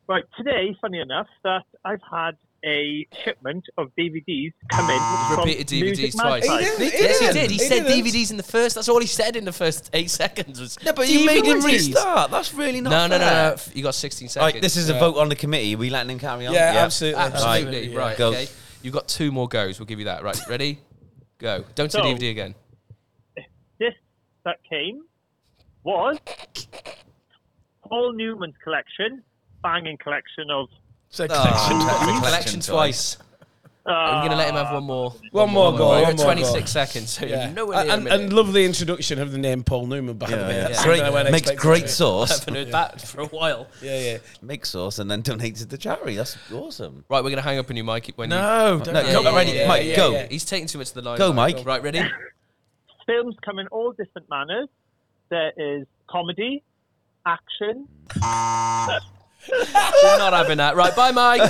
Speaker 6: Right. Today, funny enough, that I've had a shipment of DVDs come in. from
Speaker 2: Repeated DVDs
Speaker 6: Music
Speaker 2: twice.
Speaker 6: Magpie.
Speaker 1: didn't- he
Speaker 2: yes,
Speaker 1: didn't.
Speaker 2: he did. He,
Speaker 1: He
Speaker 2: said
Speaker 1: didn't.
Speaker 2: DVDs in the first. That's all he said in the first eight seconds. Was,
Speaker 3: Yeah, but you made him
Speaker 2: DVDs.
Speaker 3: restart. That's really not
Speaker 2: No, no, no,
Speaker 3: fair.
Speaker 2: no. You got 16 seconds.
Speaker 3: Right, this is a vote on the committee. Are we letting him carry on?
Speaker 1: Yeah, absolutely.
Speaker 2: Absolutely.
Speaker 4: Absolutely,
Speaker 2: Right.
Speaker 3: Go.
Speaker 2: Okay. You've got two more goes. We'll give you that. Right. Ready? Go. Don't say
Speaker 6: So-
Speaker 2: DVD again.
Speaker 6: This that came was Paul Newman's collection, banging collection of
Speaker 4: Sex-
Speaker 3: Oh,
Speaker 1: Ah,
Speaker 4: section.
Speaker 3: collection
Speaker 2: Collection twice. I'm going to let him have one more.
Speaker 1: One more goal.
Speaker 2: We're
Speaker 1: one
Speaker 2: at
Speaker 1: more
Speaker 2: 26
Speaker 1: goal.
Speaker 2: seconds, so
Speaker 1: Yeah.
Speaker 2: you're nowhere near a
Speaker 1: and,
Speaker 2: minute.
Speaker 1: and love the introduction of the name Paul Newman by the way.
Speaker 3: yeah.
Speaker 1: That's something I
Speaker 3: Great,
Speaker 1: weren't
Speaker 3: makes
Speaker 1: expecting.
Speaker 3: great sauce.
Speaker 2: haven't heard that for a while.
Speaker 1: Yeah, yeah.
Speaker 3: makes sauce and then donates it to charity. That's awesome.
Speaker 2: Right, we're going to hang up on you, Mike. When
Speaker 3: No, no,
Speaker 2: yeah,
Speaker 3: go,
Speaker 2: yeah,
Speaker 3: ready,
Speaker 2: yeah,
Speaker 3: Mike,
Speaker 1: yeah,
Speaker 3: go.
Speaker 1: yeah.
Speaker 2: you, he's taking too much of the line.
Speaker 3: Go, Mike.
Speaker 2: Right, ready?
Speaker 6: Films come in all different manners. There is comedy, action.
Speaker 2: We're not having that. Right, bye, Mike.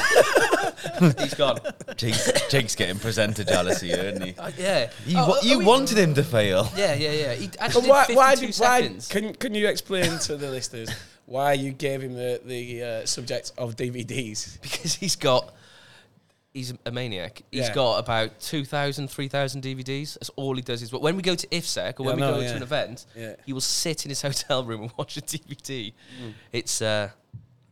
Speaker 2: he's gone.
Speaker 3: Jake's, Jake's getting presenter jealousy, here, isn't he?
Speaker 2: Yeah.
Speaker 3: You,
Speaker 2: Oh,
Speaker 3: wa-
Speaker 2: are
Speaker 3: you
Speaker 2: we-
Speaker 3: wanted him to fail.
Speaker 2: Yeah, yeah, yeah. He actually
Speaker 1: But why,
Speaker 2: did 52
Speaker 1: why, did, why
Speaker 2: seconds.
Speaker 1: can, can you explain to the listeners why you gave him the, the uh, subject of DVDs?
Speaker 2: because he's got he's a maniac. He's
Speaker 1: Yeah.
Speaker 2: got about 2,000, 3,000 DVDs. That's all he does is when we go to IFSEC or when
Speaker 1: Yeah, I
Speaker 2: we
Speaker 1: know,
Speaker 2: go
Speaker 1: yeah.
Speaker 2: to an event,
Speaker 1: Yeah. Mm.
Speaker 2: he will sit in his hotel room and watch a DVD. It's uh,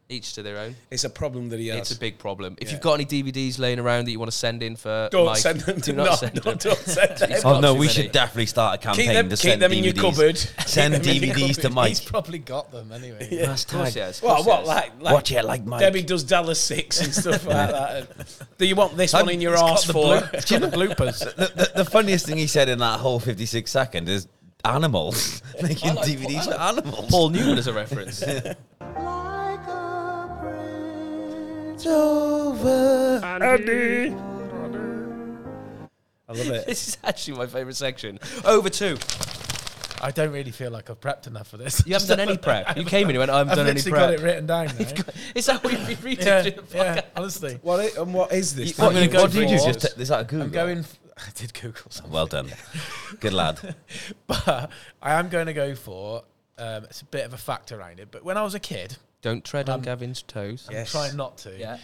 Speaker 2: each to their own.
Speaker 1: It's a problem that he has.
Speaker 2: It's a big problem. If
Speaker 1: Yeah.
Speaker 2: you've got any DVDs laying around that you want to send in for
Speaker 1: don't
Speaker 2: Mike,
Speaker 1: send them to
Speaker 2: do not
Speaker 1: no,
Speaker 2: send
Speaker 1: no,
Speaker 2: them.
Speaker 1: Don't send them.
Speaker 2: He's
Speaker 3: Oh
Speaker 2: got
Speaker 3: no,
Speaker 2: too
Speaker 3: we
Speaker 2: many.
Speaker 3: should definitely start a campaign
Speaker 1: Keep them,
Speaker 3: to
Speaker 1: keep
Speaker 3: send
Speaker 1: them in your
Speaker 3: DVDs.
Speaker 1: cupboard.
Speaker 3: Send
Speaker 1: Keep them in your
Speaker 3: DVDs to
Speaker 1: cupboard.
Speaker 3: Mike.
Speaker 4: He's probably got them anyway.
Speaker 2: Of course he has, of
Speaker 1: What,
Speaker 2: course he
Speaker 1: what,
Speaker 2: has.
Speaker 1: like, like
Speaker 3: Watch it like Mike.
Speaker 1: Debbie does Dallas Six and stuff like that. Do you want this one in your
Speaker 3: it's got
Speaker 1: arse
Speaker 3: the
Speaker 1: for?
Speaker 3: blue- Do you know-
Speaker 4: Bloopers.
Speaker 3: the, the, the funniest thing he said in that whole 56 second is animals. Making DVDs for animals.
Speaker 2: Paul Newman as a reference.
Speaker 1: I love it.
Speaker 2: this is actually my favourite section. Over two.
Speaker 4: I don't really feel like I've prepped enough for this.
Speaker 2: You haven't done any prep. You came in and went, I haven't
Speaker 4: I've
Speaker 2: done any
Speaker 4: literally got
Speaker 2: prep.
Speaker 4: it written down. now.
Speaker 2: Is that what you've been reading
Speaker 4: yeah,
Speaker 2: through the
Speaker 4: yeah,
Speaker 2: podcast?
Speaker 4: honestly.
Speaker 1: What i- and what is this?
Speaker 3: What,
Speaker 1: thing?
Speaker 3: you,
Speaker 4: gonna go
Speaker 3: what do you do?
Speaker 4: for-
Speaker 3: Just t- is that a Google?
Speaker 4: I'm going. F- I did Google something,
Speaker 3: Well done. Good lad.
Speaker 4: but I am going to go for. Um, it's a bit of a fact around it, but when I was a kid,
Speaker 2: Don't tread
Speaker 1: Um,
Speaker 2: on Gavin's toes.
Speaker 1: Yes.
Speaker 4: trying not to.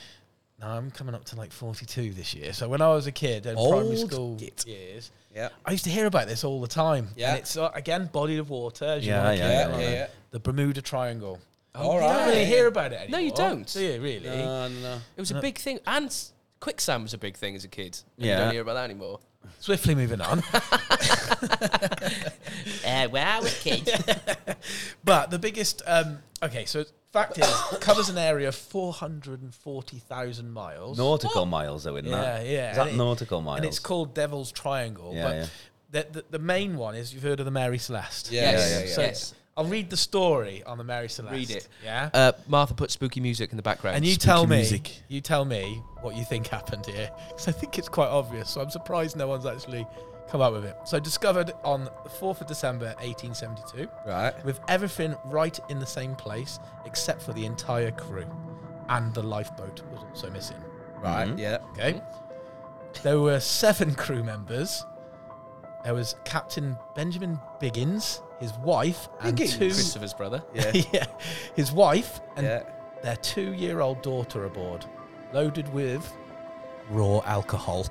Speaker 4: Now I'm coming up to like 42 this year. So when I was a kid in primary
Speaker 1: Old
Speaker 4: school
Speaker 1: git.
Speaker 4: years,
Speaker 1: Yeah.
Speaker 4: I used to hear about this all the time.
Speaker 1: Yeah.
Speaker 4: And it's uh, again body of water. As
Speaker 3: Yeah,
Speaker 4: you want
Speaker 3: yeah,
Speaker 1: Yeah,
Speaker 3: yeah,
Speaker 1: yeah, yeah.
Speaker 4: The Bermuda Triangle.
Speaker 1: All
Speaker 4: Oh, You don't
Speaker 1: right.
Speaker 4: really hear eh? about it anymore.
Speaker 2: No, you don't.
Speaker 4: Do you really?
Speaker 1: No, no.
Speaker 2: It was a big thing. And s- quicksand was a big thing as a kid. And
Speaker 3: Yeah.
Speaker 2: You don't hear about that anymore.
Speaker 4: Swiftly moving on.
Speaker 7: Uh, when I was a kid,
Speaker 4: but the biggest. Um, okay, so fact is, covers an area of 440,000 miles.
Speaker 3: Nautical miles, though, isn't
Speaker 4: Yeah,
Speaker 3: that?
Speaker 4: yeah.
Speaker 3: Is that
Speaker 4: And it-
Speaker 3: nautical miles?
Speaker 4: And it's called Devil's Triangle.
Speaker 3: Yeah,
Speaker 4: but
Speaker 3: yeah.
Speaker 4: The, the, the main one is you've heard of the Mary Celeste.
Speaker 1: Yeah,
Speaker 2: Yes,
Speaker 1: yeah, yeah, yeah.
Speaker 4: So
Speaker 2: yes.
Speaker 4: I'll read the story on the Mary Celeste.
Speaker 2: Read it.
Speaker 4: Yeah.
Speaker 2: Uh, Martha put spooky music in the background.
Speaker 4: and you tell me, you tell me what you think happened here, because I think it's quite obvious. So I'm surprised no one's actually come up with it. So discovered on the 4th of December 1872,
Speaker 1: Right.
Speaker 4: with everything right in the same place except for the entire crew, and the lifeboat was also missing.
Speaker 1: Right. Yeah.
Speaker 4: Okay. There were seven crew members. There was Captain Benjamin Biggins, his wife, and
Speaker 1: Biggins?
Speaker 4: two
Speaker 2: Christopher's brother.
Speaker 4: yeah, his wife and
Speaker 1: Yeah.
Speaker 4: their two-year-old daughter aboard, loaded with raw alcohol.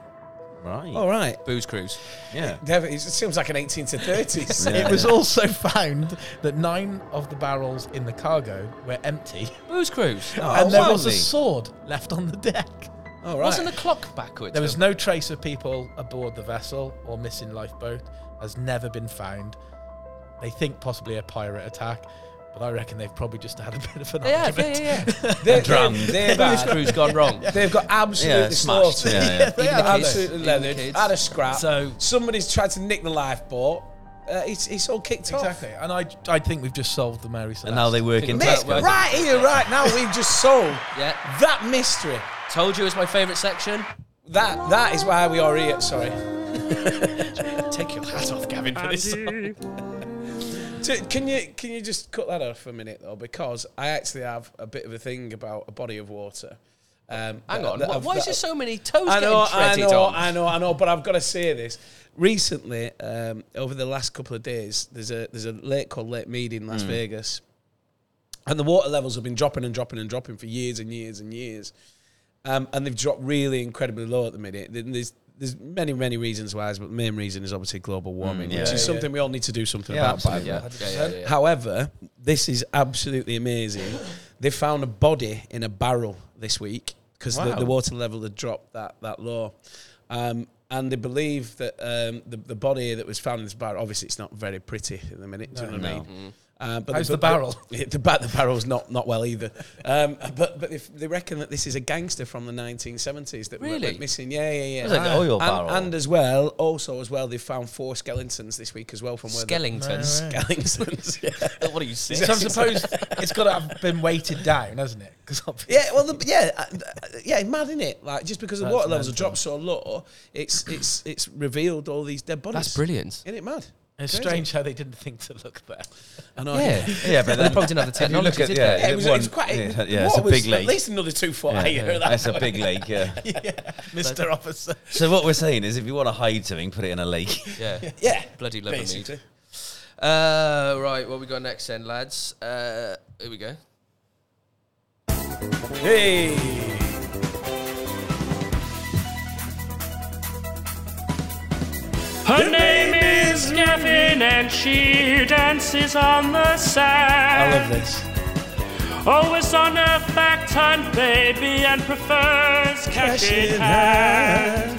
Speaker 3: right.
Speaker 1: All right.
Speaker 2: Booze cruise.
Speaker 3: yeah.
Speaker 1: Dev- Oh, It seems like an 18 to 30s.
Speaker 3: Yeah.
Speaker 4: It was also found that nine of the barrels in the cargo were empty,
Speaker 2: Booze cruise.
Speaker 3: Oh,
Speaker 4: and there was a
Speaker 3: lovely.
Speaker 4: sword left on the deck.
Speaker 1: All right.
Speaker 2: Wasn't the clock backwards?
Speaker 4: There was no trace of people aboard the vessel or missing lifeboat. Has never been found. They think possibly a pirate attack, but I reckon they've probably just had a bit of an
Speaker 2: Yeah, yeah,
Speaker 4: argument.
Speaker 2: yeah. yeah.
Speaker 1: They're,
Speaker 3: Drowned.
Speaker 1: They're, they're
Speaker 2: Booze
Speaker 1: bad.
Speaker 2: cruise gone wrong.
Speaker 1: They've got absolutely
Speaker 3: Yeah, smashed.
Speaker 1: slaughtered.
Speaker 3: Yeah, yeah.
Speaker 4: They are, aren't they?
Speaker 1: absolutely
Speaker 2: Even the
Speaker 1: leathered.
Speaker 2: kids.
Speaker 1: Had a scrap.
Speaker 4: So-
Speaker 1: somebody's tried to nick the lifeboat. Uh, it's, it's all kicked
Speaker 4: Exactly, and I, I think we've just solved the Mary Celeste.
Speaker 3: And now they work in
Speaker 1: off.
Speaker 2: That's
Speaker 1: Mick,
Speaker 2: worth
Speaker 3: Tesco.
Speaker 2: it.
Speaker 1: right here, right now, we've just solved
Speaker 2: Yeah.
Speaker 1: that mystery.
Speaker 2: Told you it was my favourite section.
Speaker 1: That that is why we are here. Sorry.
Speaker 4: Take your hat off, Gavin, for this.
Speaker 1: So can you can you just cut that off for a minute though? Because I actually have a bit of a thing about a body of water. Um,
Speaker 2: Hang
Speaker 1: that-
Speaker 2: on.
Speaker 1: that
Speaker 2: why
Speaker 1: I've-
Speaker 2: why is
Speaker 1: that-
Speaker 2: there so many toes
Speaker 1: I know,
Speaker 2: getting
Speaker 1: I
Speaker 2: treaded
Speaker 1: know,
Speaker 2: on?
Speaker 1: I know, I know. But I've got to say this. Recently, um, over the last couple of days, there's a there's a lake called Lake Mead in Las Vegas, and the water levels have been dropping and dropping and dropping for years and years and years, um, and they've dropped really incredibly low at the minute. Then There's there's many many reasons why, but the main reason is obviously global warming,
Speaker 3: yeah,
Speaker 1: which is
Speaker 3: yeah.
Speaker 1: something we all need to do something
Speaker 3: Yeah,
Speaker 1: about. by the
Speaker 3: absolutely.
Speaker 1: way.
Speaker 2: Yeah, yeah, yeah, yeah.
Speaker 1: However, this is absolutely amazing. They found a body in a barrel this week because the, the water level had dropped that that low. Um, and they
Speaker 3: Mm-hmm.
Speaker 1: believe that um, the, the body that was found in this barrel, obviously, it's not very pretty at the minute. Do you know what I mean? Uh, but
Speaker 4: How's the barrel?
Speaker 1: The, the, ba- the barrel's not, not well either. Um, but but if they reckon that this is a gangster from the 1970s that went-
Speaker 2: Really?
Speaker 1: went missing. Yeah, yeah, yeah.
Speaker 3: It's like an
Speaker 1: and,
Speaker 3: oil barrel.
Speaker 1: and as well, also as well, they found four skeletons this week as well from where the-
Speaker 2: Skellingtons.
Speaker 1: skeletons. yeah.
Speaker 2: What are you saying?
Speaker 4: So I suppose it's got to have been weighted down, hasn't it? Because
Speaker 1: Yeah, well, the, yeah, uh, th- yeah, mad in it. Like just because the water levels have dropped so low, it's it's it's revealed all these dead bodies.
Speaker 2: That's brilliant.
Speaker 1: Isn't it mad?
Speaker 4: it's
Speaker 1: Crazy.
Speaker 4: strange how they didn't think to look there.
Speaker 1: I know.
Speaker 2: Yeah.
Speaker 3: Yeah, but
Speaker 2: They
Speaker 3: then
Speaker 2: probably didn't have the
Speaker 3: if you look
Speaker 2: technology,
Speaker 3: at-
Speaker 2: did
Speaker 3: yeah,
Speaker 2: they?
Speaker 1: Yeah, it was, it was quite.
Speaker 3: Yeah,
Speaker 1: it-
Speaker 3: yeah, it's a
Speaker 1: water was
Speaker 3: big lake.
Speaker 1: At least another two foot
Speaker 3: Yeah,
Speaker 1: higher.
Speaker 3: yeah,
Speaker 1: that
Speaker 3: that's a
Speaker 1: way.
Speaker 3: big lake. Yeah.
Speaker 4: Mr. Officer.
Speaker 3: So what we're saying is, if you want to hide something, put it in a lake.
Speaker 2: Yeah.
Speaker 1: Yeah,
Speaker 2: Bloody love and
Speaker 1: basically.
Speaker 2: meat. Uh, right, what we got next then, lads? Uh, here we go.
Speaker 1: Hey,
Speaker 8: Her name is Gavin and she dances on the sand.
Speaker 4: this.
Speaker 8: Always on a fact hunt, baby, and prefers cash in hand.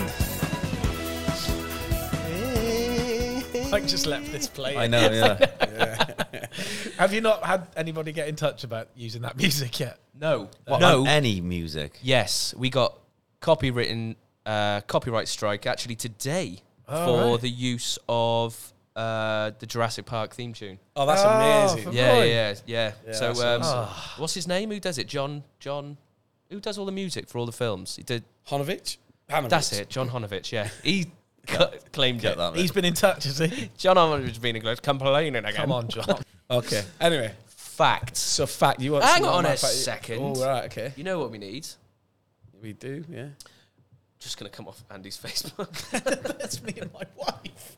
Speaker 4: I just left this play.
Speaker 3: I know. Yeah.
Speaker 4: Have you not had anybody get in touch about using that music yet?
Speaker 2: No.
Speaker 3: On
Speaker 2: no.
Speaker 3: any music.
Speaker 2: yes, we got copywritten uh, copyright strike actually today for
Speaker 4: Oh, right.
Speaker 2: the use of uh, the Jurassic Park theme tune.
Speaker 1: oh, that's
Speaker 4: Oh,
Speaker 1: amazing.
Speaker 4: for-
Speaker 2: Yeah,
Speaker 4: Right.
Speaker 2: yeah, yeah, So,
Speaker 1: that's
Speaker 2: um, what's his name? Who does it? John. John. Who does all the music for all the films? He did.
Speaker 1: Honovich. Hammond.
Speaker 2: That's it. John Honovich. Yeah, he cu- claimed it.
Speaker 3: Get that.
Speaker 4: He's been in touch, has he?
Speaker 2: John Honovich being a glitch, complaining again.
Speaker 4: Come on, John.
Speaker 1: Okay. Anyway,
Speaker 2: Facts.
Speaker 1: so fact. You want?
Speaker 2: Hang
Speaker 1: you want
Speaker 2: on
Speaker 1: my
Speaker 2: a
Speaker 1: fact?
Speaker 2: second.
Speaker 1: Oh, right. Okay.
Speaker 2: You know what we need?
Speaker 1: We do. Yeah.
Speaker 2: Just gonna come off Andy's Facebook.
Speaker 4: That's me and my wife.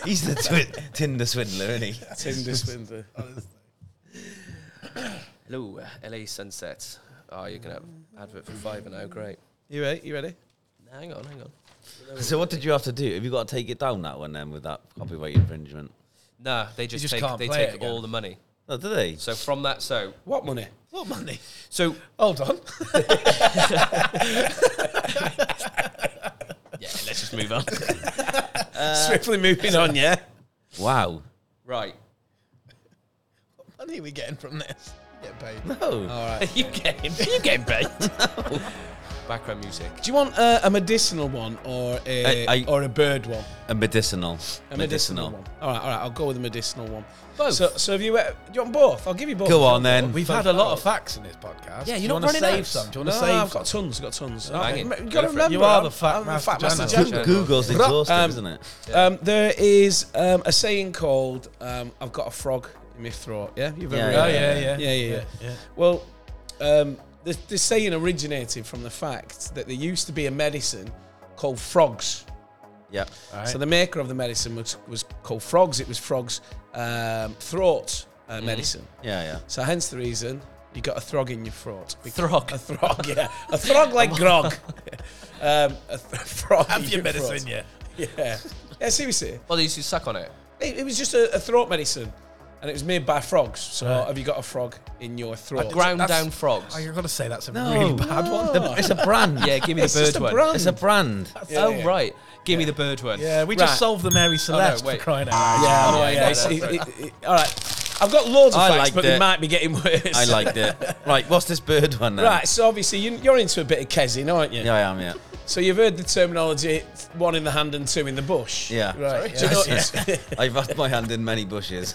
Speaker 3: He's the twi- Tinder swindler, isn't he?
Speaker 1: Tinder swindler.
Speaker 2: Hello, uh, LA Sunset. Oh, you're gonna have advert for five and oh, great.
Speaker 1: You ready? You ready?
Speaker 2: Hang on, hang on.
Speaker 3: So what did you have to do? Have you got to take it down that one then with that copyright infringement?
Speaker 2: No, they just,
Speaker 4: just
Speaker 2: take
Speaker 4: can't
Speaker 2: they
Speaker 4: play it
Speaker 2: take all
Speaker 4: again.
Speaker 2: the money.
Speaker 3: Oh, did they?
Speaker 2: So from that, so
Speaker 1: What money?
Speaker 4: What money?
Speaker 2: so
Speaker 4: Hold on.
Speaker 2: yeah. Let's just move on.
Speaker 1: Swiftly moving on. Yeah.
Speaker 3: Wow.
Speaker 2: right,
Speaker 4: What money are we getting from this? Get paid.
Speaker 3: Oh.
Speaker 2: you getting you getting paid? Background music.
Speaker 1: Do you want uh, a medicinal one or a
Speaker 3: I- I-
Speaker 1: or a bird one?
Speaker 3: A medicinal.
Speaker 1: A medicinal, one. All right, all right. I'll go with a medicinal one.
Speaker 2: Both.
Speaker 1: So, so have you? Uh, do you want both? I'll give you both.
Speaker 3: Go on then.
Speaker 4: We've had a lot of facts in this podcast.
Speaker 2: Yeah,
Speaker 4: Do
Speaker 2: you're
Speaker 4: you
Speaker 2: not
Speaker 4: wanna
Speaker 2: running
Speaker 4: save
Speaker 2: out.
Speaker 4: some? Do you
Speaker 1: No,
Speaker 4: want to save
Speaker 1: I've
Speaker 4: some?
Speaker 1: got tons. I've got tons.
Speaker 2: Bang it.
Speaker 1: You gotta
Speaker 2: Go for it.
Speaker 1: remember,
Speaker 4: You are
Speaker 1: I'm-
Speaker 4: the fact
Speaker 1: I'm the
Speaker 4: master
Speaker 1: fact master
Speaker 4: journalist.
Speaker 1: general.
Speaker 3: Google's exhaustive,
Speaker 1: Um,
Speaker 3: isn't it?
Speaker 1: Um, there is um, a saying called um, "I've got a frog in my throat." Yeah, you've
Speaker 3: Yeah,
Speaker 1: ever
Speaker 4: Oh,
Speaker 1: heard
Speaker 4: yeah,
Speaker 1: that?
Speaker 4: yeah.
Speaker 1: yeah, yeah, yeah. Well, um, this, this saying originated from the fact that there used to be a medicine called frogs.
Speaker 3: Yeah.
Speaker 1: So the maker of the medicine was, was called frogs. It was frogs' um, throat uh,
Speaker 4: Mm-hmm.
Speaker 1: medicine.
Speaker 3: Yeah, yeah.
Speaker 1: So hence the reason you got a throg in your throat.
Speaker 2: Throg.
Speaker 1: A throg, yeah. A throg like grog. Um, a th- frog. in
Speaker 4: Have your medicine,
Speaker 1: throat.
Speaker 4: yeah.
Speaker 1: Yeah. Yeah, seriously.
Speaker 2: Well, they used to suck on it.
Speaker 1: It, it was just a, a throat medicine, and it was made by frogs. So have you got a frog in your throat?
Speaker 2: Ground
Speaker 4: That's-
Speaker 2: down frogs.
Speaker 4: I've got to Oh, say that's a really bad one.
Speaker 3: The- it's a brand.
Speaker 2: yeah, give me
Speaker 1: It's
Speaker 2: the bird
Speaker 1: just a
Speaker 2: one.
Speaker 1: brand.
Speaker 3: It's a brand.
Speaker 1: Yeah,
Speaker 2: oh
Speaker 1: yeah.
Speaker 2: right, give me the bird one.
Speaker 4: Yeah, we
Speaker 1: Right.
Speaker 4: just solved the Mary Celeste
Speaker 2: wait.
Speaker 4: for crying out loud.
Speaker 1: Yeah,
Speaker 3: Oh,
Speaker 2: yeah,
Speaker 1: yeah,
Speaker 2: yeah, yeah.
Speaker 1: it's- it- it- it- all right. I've got loads of
Speaker 3: I
Speaker 1: facts,
Speaker 3: liked
Speaker 1: but they
Speaker 3: it.
Speaker 1: might be getting worse.
Speaker 3: I liked it. Right, what's this bird one then?
Speaker 1: Right, so obviously you, you're into a bit of kezing, aren't you?
Speaker 3: Yeah, I am, yeah.
Speaker 1: So you've heard the terminology one in the hand and two in the bush.
Speaker 3: Yeah.
Speaker 4: Right,
Speaker 1: Do you
Speaker 4: yeah.
Speaker 1: know,
Speaker 3: I've had my hand in many bushes.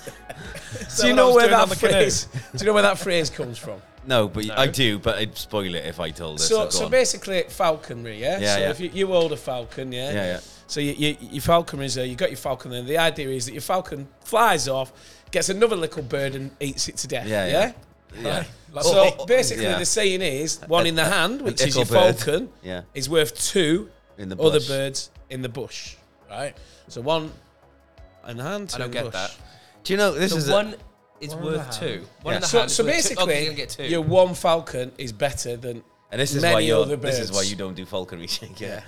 Speaker 1: do you
Speaker 4: what
Speaker 1: know
Speaker 4: I was
Speaker 1: where
Speaker 4: doing
Speaker 1: that
Speaker 4: on the canoe.
Speaker 1: phrase? Do you know where that phrase comes from?
Speaker 3: No, but I do, but I'd spoil it if I told it.
Speaker 1: So,
Speaker 3: go
Speaker 1: so
Speaker 3: on.
Speaker 1: basically, falconry, yeah.
Speaker 3: Yeah,
Speaker 1: so
Speaker 3: yeah.
Speaker 1: if you, you hold a falcon, yeah.
Speaker 3: Yeah, yeah.
Speaker 1: So you, you, your falcon is there. You got your falcon there. The idea is that your falcon flies off, gets another little bird and eats it to death. Yeah.
Speaker 3: Yeah, yeah. yeah.
Speaker 1: So
Speaker 3: Oh, oh, oh,
Speaker 1: basically,
Speaker 3: yeah.
Speaker 1: the saying is one in the hand, which is your
Speaker 3: ickle bird.
Speaker 1: falcon,
Speaker 3: Yeah.
Speaker 1: is worth two
Speaker 3: In the
Speaker 1: other
Speaker 3: bush.
Speaker 1: birds in the bush.
Speaker 4: Right.
Speaker 1: So one in the hand, two
Speaker 2: I don't
Speaker 1: in
Speaker 2: get
Speaker 1: the bush.
Speaker 2: that.
Speaker 3: Do you know this
Speaker 2: So
Speaker 3: is
Speaker 2: one is
Speaker 4: One and a
Speaker 2: worth
Speaker 4: half.
Speaker 2: two. One
Speaker 3: Yeah.
Speaker 2: and a
Speaker 1: So,
Speaker 2: half is
Speaker 1: so
Speaker 2: worth two. Okay,
Speaker 1: basically,
Speaker 2: you're gonna get two.
Speaker 1: your one falcon is better than
Speaker 3: a, and this is
Speaker 1: many
Speaker 3: why you're,
Speaker 1: other birds.
Speaker 3: this is why you don't do falconry shake. Yeah.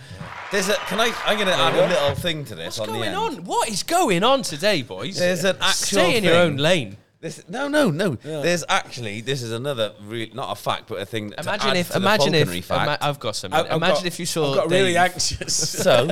Speaker 3: There's a can I I'm gonna add a little thing to this
Speaker 2: What's
Speaker 3: on the
Speaker 2: going
Speaker 3: end.
Speaker 2: on? What is going on today, boys?
Speaker 3: There's an actual
Speaker 2: Stay in your
Speaker 3: thing.
Speaker 2: own lane.
Speaker 3: This, no, no, no. There's actually this is another re- not a fact, but a thing. to
Speaker 2: Imagine
Speaker 3: add
Speaker 2: if,
Speaker 3: to the
Speaker 2: imagine if,
Speaker 3: falconry fact.
Speaker 2: ima- I've got some.
Speaker 1: I've- I've
Speaker 2: Imagine
Speaker 1: got-
Speaker 2: if you saw.
Speaker 1: I've got really
Speaker 2: Dave-
Speaker 1: anxious.
Speaker 3: so,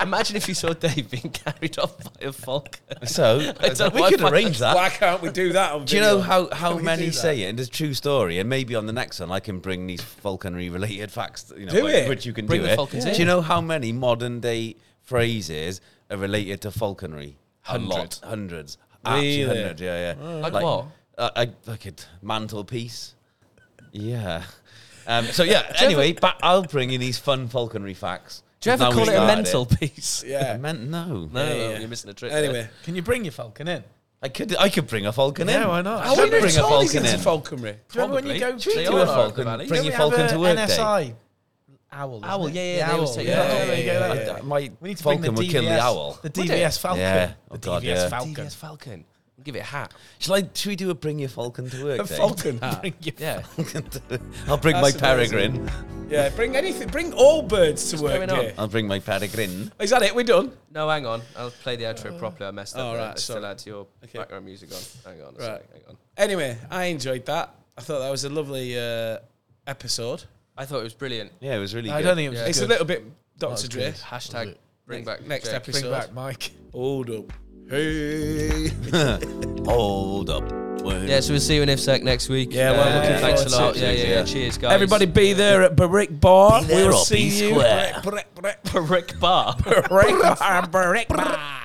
Speaker 2: Imagine if you saw Dave being carried off by a falcon.
Speaker 3: so
Speaker 2: don't know
Speaker 3: we could
Speaker 2: why-
Speaker 3: arrange that.
Speaker 1: Why can't we do that? On
Speaker 3: Do you know
Speaker 1: video?
Speaker 3: how, how
Speaker 1: Can we
Speaker 3: many
Speaker 1: do that?
Speaker 3: say it? And it's a true story. And maybe on the next one, I can bring these falconry related facts. You know,
Speaker 1: Do
Speaker 3: like,
Speaker 1: it.
Speaker 3: Which you can
Speaker 2: Bring
Speaker 3: do
Speaker 2: the
Speaker 3: it.
Speaker 2: falcons
Speaker 3: Do
Speaker 2: in.
Speaker 3: you know how many modern day phrases are related to falconry? A lot.
Speaker 2: Hundreds.
Speaker 3: Hundreds. Absolutely
Speaker 1: Really?
Speaker 3: hundreds. Yeah, yeah.
Speaker 2: Like what?
Speaker 3: Uh, I, like a mantelpiece. Yeah. Um, so yeah. anyway, but I'll bring in these fun falconry facts.
Speaker 2: Do you ever
Speaker 3: Now we
Speaker 2: call it a
Speaker 3: started.
Speaker 2: mental piece?
Speaker 3: I
Speaker 1: Yeah.
Speaker 3: meant no.
Speaker 2: No,
Speaker 1: Yeah, yeah.
Speaker 2: you're missing a trick. there.
Speaker 1: Anyway,
Speaker 4: Can you bring your falcon in?
Speaker 3: I could. I could bring a falcon in.
Speaker 4: Yeah, why not?
Speaker 3: I would bring a falcon
Speaker 1: into
Speaker 3: in.
Speaker 1: falconry.
Speaker 4: Do you remember when you go
Speaker 2: Probably.
Speaker 4: to
Speaker 2: They
Speaker 3: Do
Speaker 2: all
Speaker 3: a
Speaker 2: are at the
Speaker 3: falcon.
Speaker 2: Valley.
Speaker 3: Bring
Speaker 4: Don't
Speaker 3: your
Speaker 4: we
Speaker 3: falcon
Speaker 4: have
Speaker 3: to
Speaker 4: a
Speaker 3: work day.
Speaker 4: NSI Owl. isn't
Speaker 2: Owl,
Speaker 4: it?
Speaker 2: yeah, yeah,
Speaker 4: The
Speaker 2: they always
Speaker 4: owl,
Speaker 2: take-
Speaker 4: yeah,
Speaker 2: yeah,
Speaker 4: yeah,
Speaker 2: yeah,
Speaker 4: yeah,
Speaker 1: yeah,
Speaker 4: yeah,
Speaker 1: yeah.
Speaker 4: yeah.
Speaker 3: My
Speaker 4: We need to
Speaker 3: falcon
Speaker 4: bring the
Speaker 3: would
Speaker 4: DVS,
Speaker 3: kill the owl.
Speaker 4: The
Speaker 2: Would it?
Speaker 4: DVS Falcon.
Speaker 3: Yeah. Oh,
Speaker 4: The
Speaker 3: God,
Speaker 4: DVS
Speaker 3: yeah.
Speaker 4: Falcon.
Speaker 2: DVS Falcon. We'll give it a hat.
Speaker 3: Shall I? Should we do a bring your falcon to work
Speaker 1: A
Speaker 3: day?
Speaker 1: falcon. hat.
Speaker 4: Bring your
Speaker 2: Yeah.
Speaker 3: I'll bring
Speaker 1: That's
Speaker 3: my peregrine.
Speaker 1: Yeah, bring anything. Bring all birds to work
Speaker 2: going on?
Speaker 1: here.
Speaker 3: I'll bring my peregrine.
Speaker 1: Is that it? We're done.
Speaker 2: No, hang on. I'll play the outro properly. I messed up.
Speaker 1: oh,
Speaker 2: there.
Speaker 1: right,
Speaker 2: Let's still
Speaker 1: sorry.
Speaker 2: add to your
Speaker 1: Okay.
Speaker 2: background music on. Hang on. a
Speaker 1: Right.
Speaker 2: sec, Hang on.
Speaker 1: Anyway, I enjoyed that. I thought that was a lovely uh, episode.
Speaker 2: I thought it was brilliant.
Speaker 3: Yeah, it was really.
Speaker 4: I
Speaker 3: good.
Speaker 4: don't think it was
Speaker 2: Yeah.
Speaker 4: as
Speaker 1: It's a
Speaker 4: good.
Speaker 1: little bit Dr.
Speaker 4: good.
Speaker 1: Dre.
Speaker 2: Hashtag bring back
Speaker 1: Next
Speaker 2: Jake.
Speaker 1: episode.
Speaker 4: Bring back Mike.
Speaker 1: Hold up. Hey.
Speaker 3: Hold up. Wait.
Speaker 2: Yeah, so we'll see you in IFSEC next week. Uh,
Speaker 1: Yeah, well,
Speaker 3: looking
Speaker 2: Thanks
Speaker 1: forward
Speaker 2: a lot.
Speaker 1: to
Speaker 2: Yeah,
Speaker 3: it.
Speaker 2: yeah, yeah,
Speaker 3: Yeah.
Speaker 2: Cheers, guys.
Speaker 1: Everybody be there at Barrick Bar.
Speaker 3: there
Speaker 1: we'll
Speaker 3: or
Speaker 1: see
Speaker 3: be
Speaker 1: you.
Speaker 3: square.
Speaker 1: Barrick, Barrick,
Speaker 2: Brick Bar.
Speaker 1: Barrick, Barrick Bar.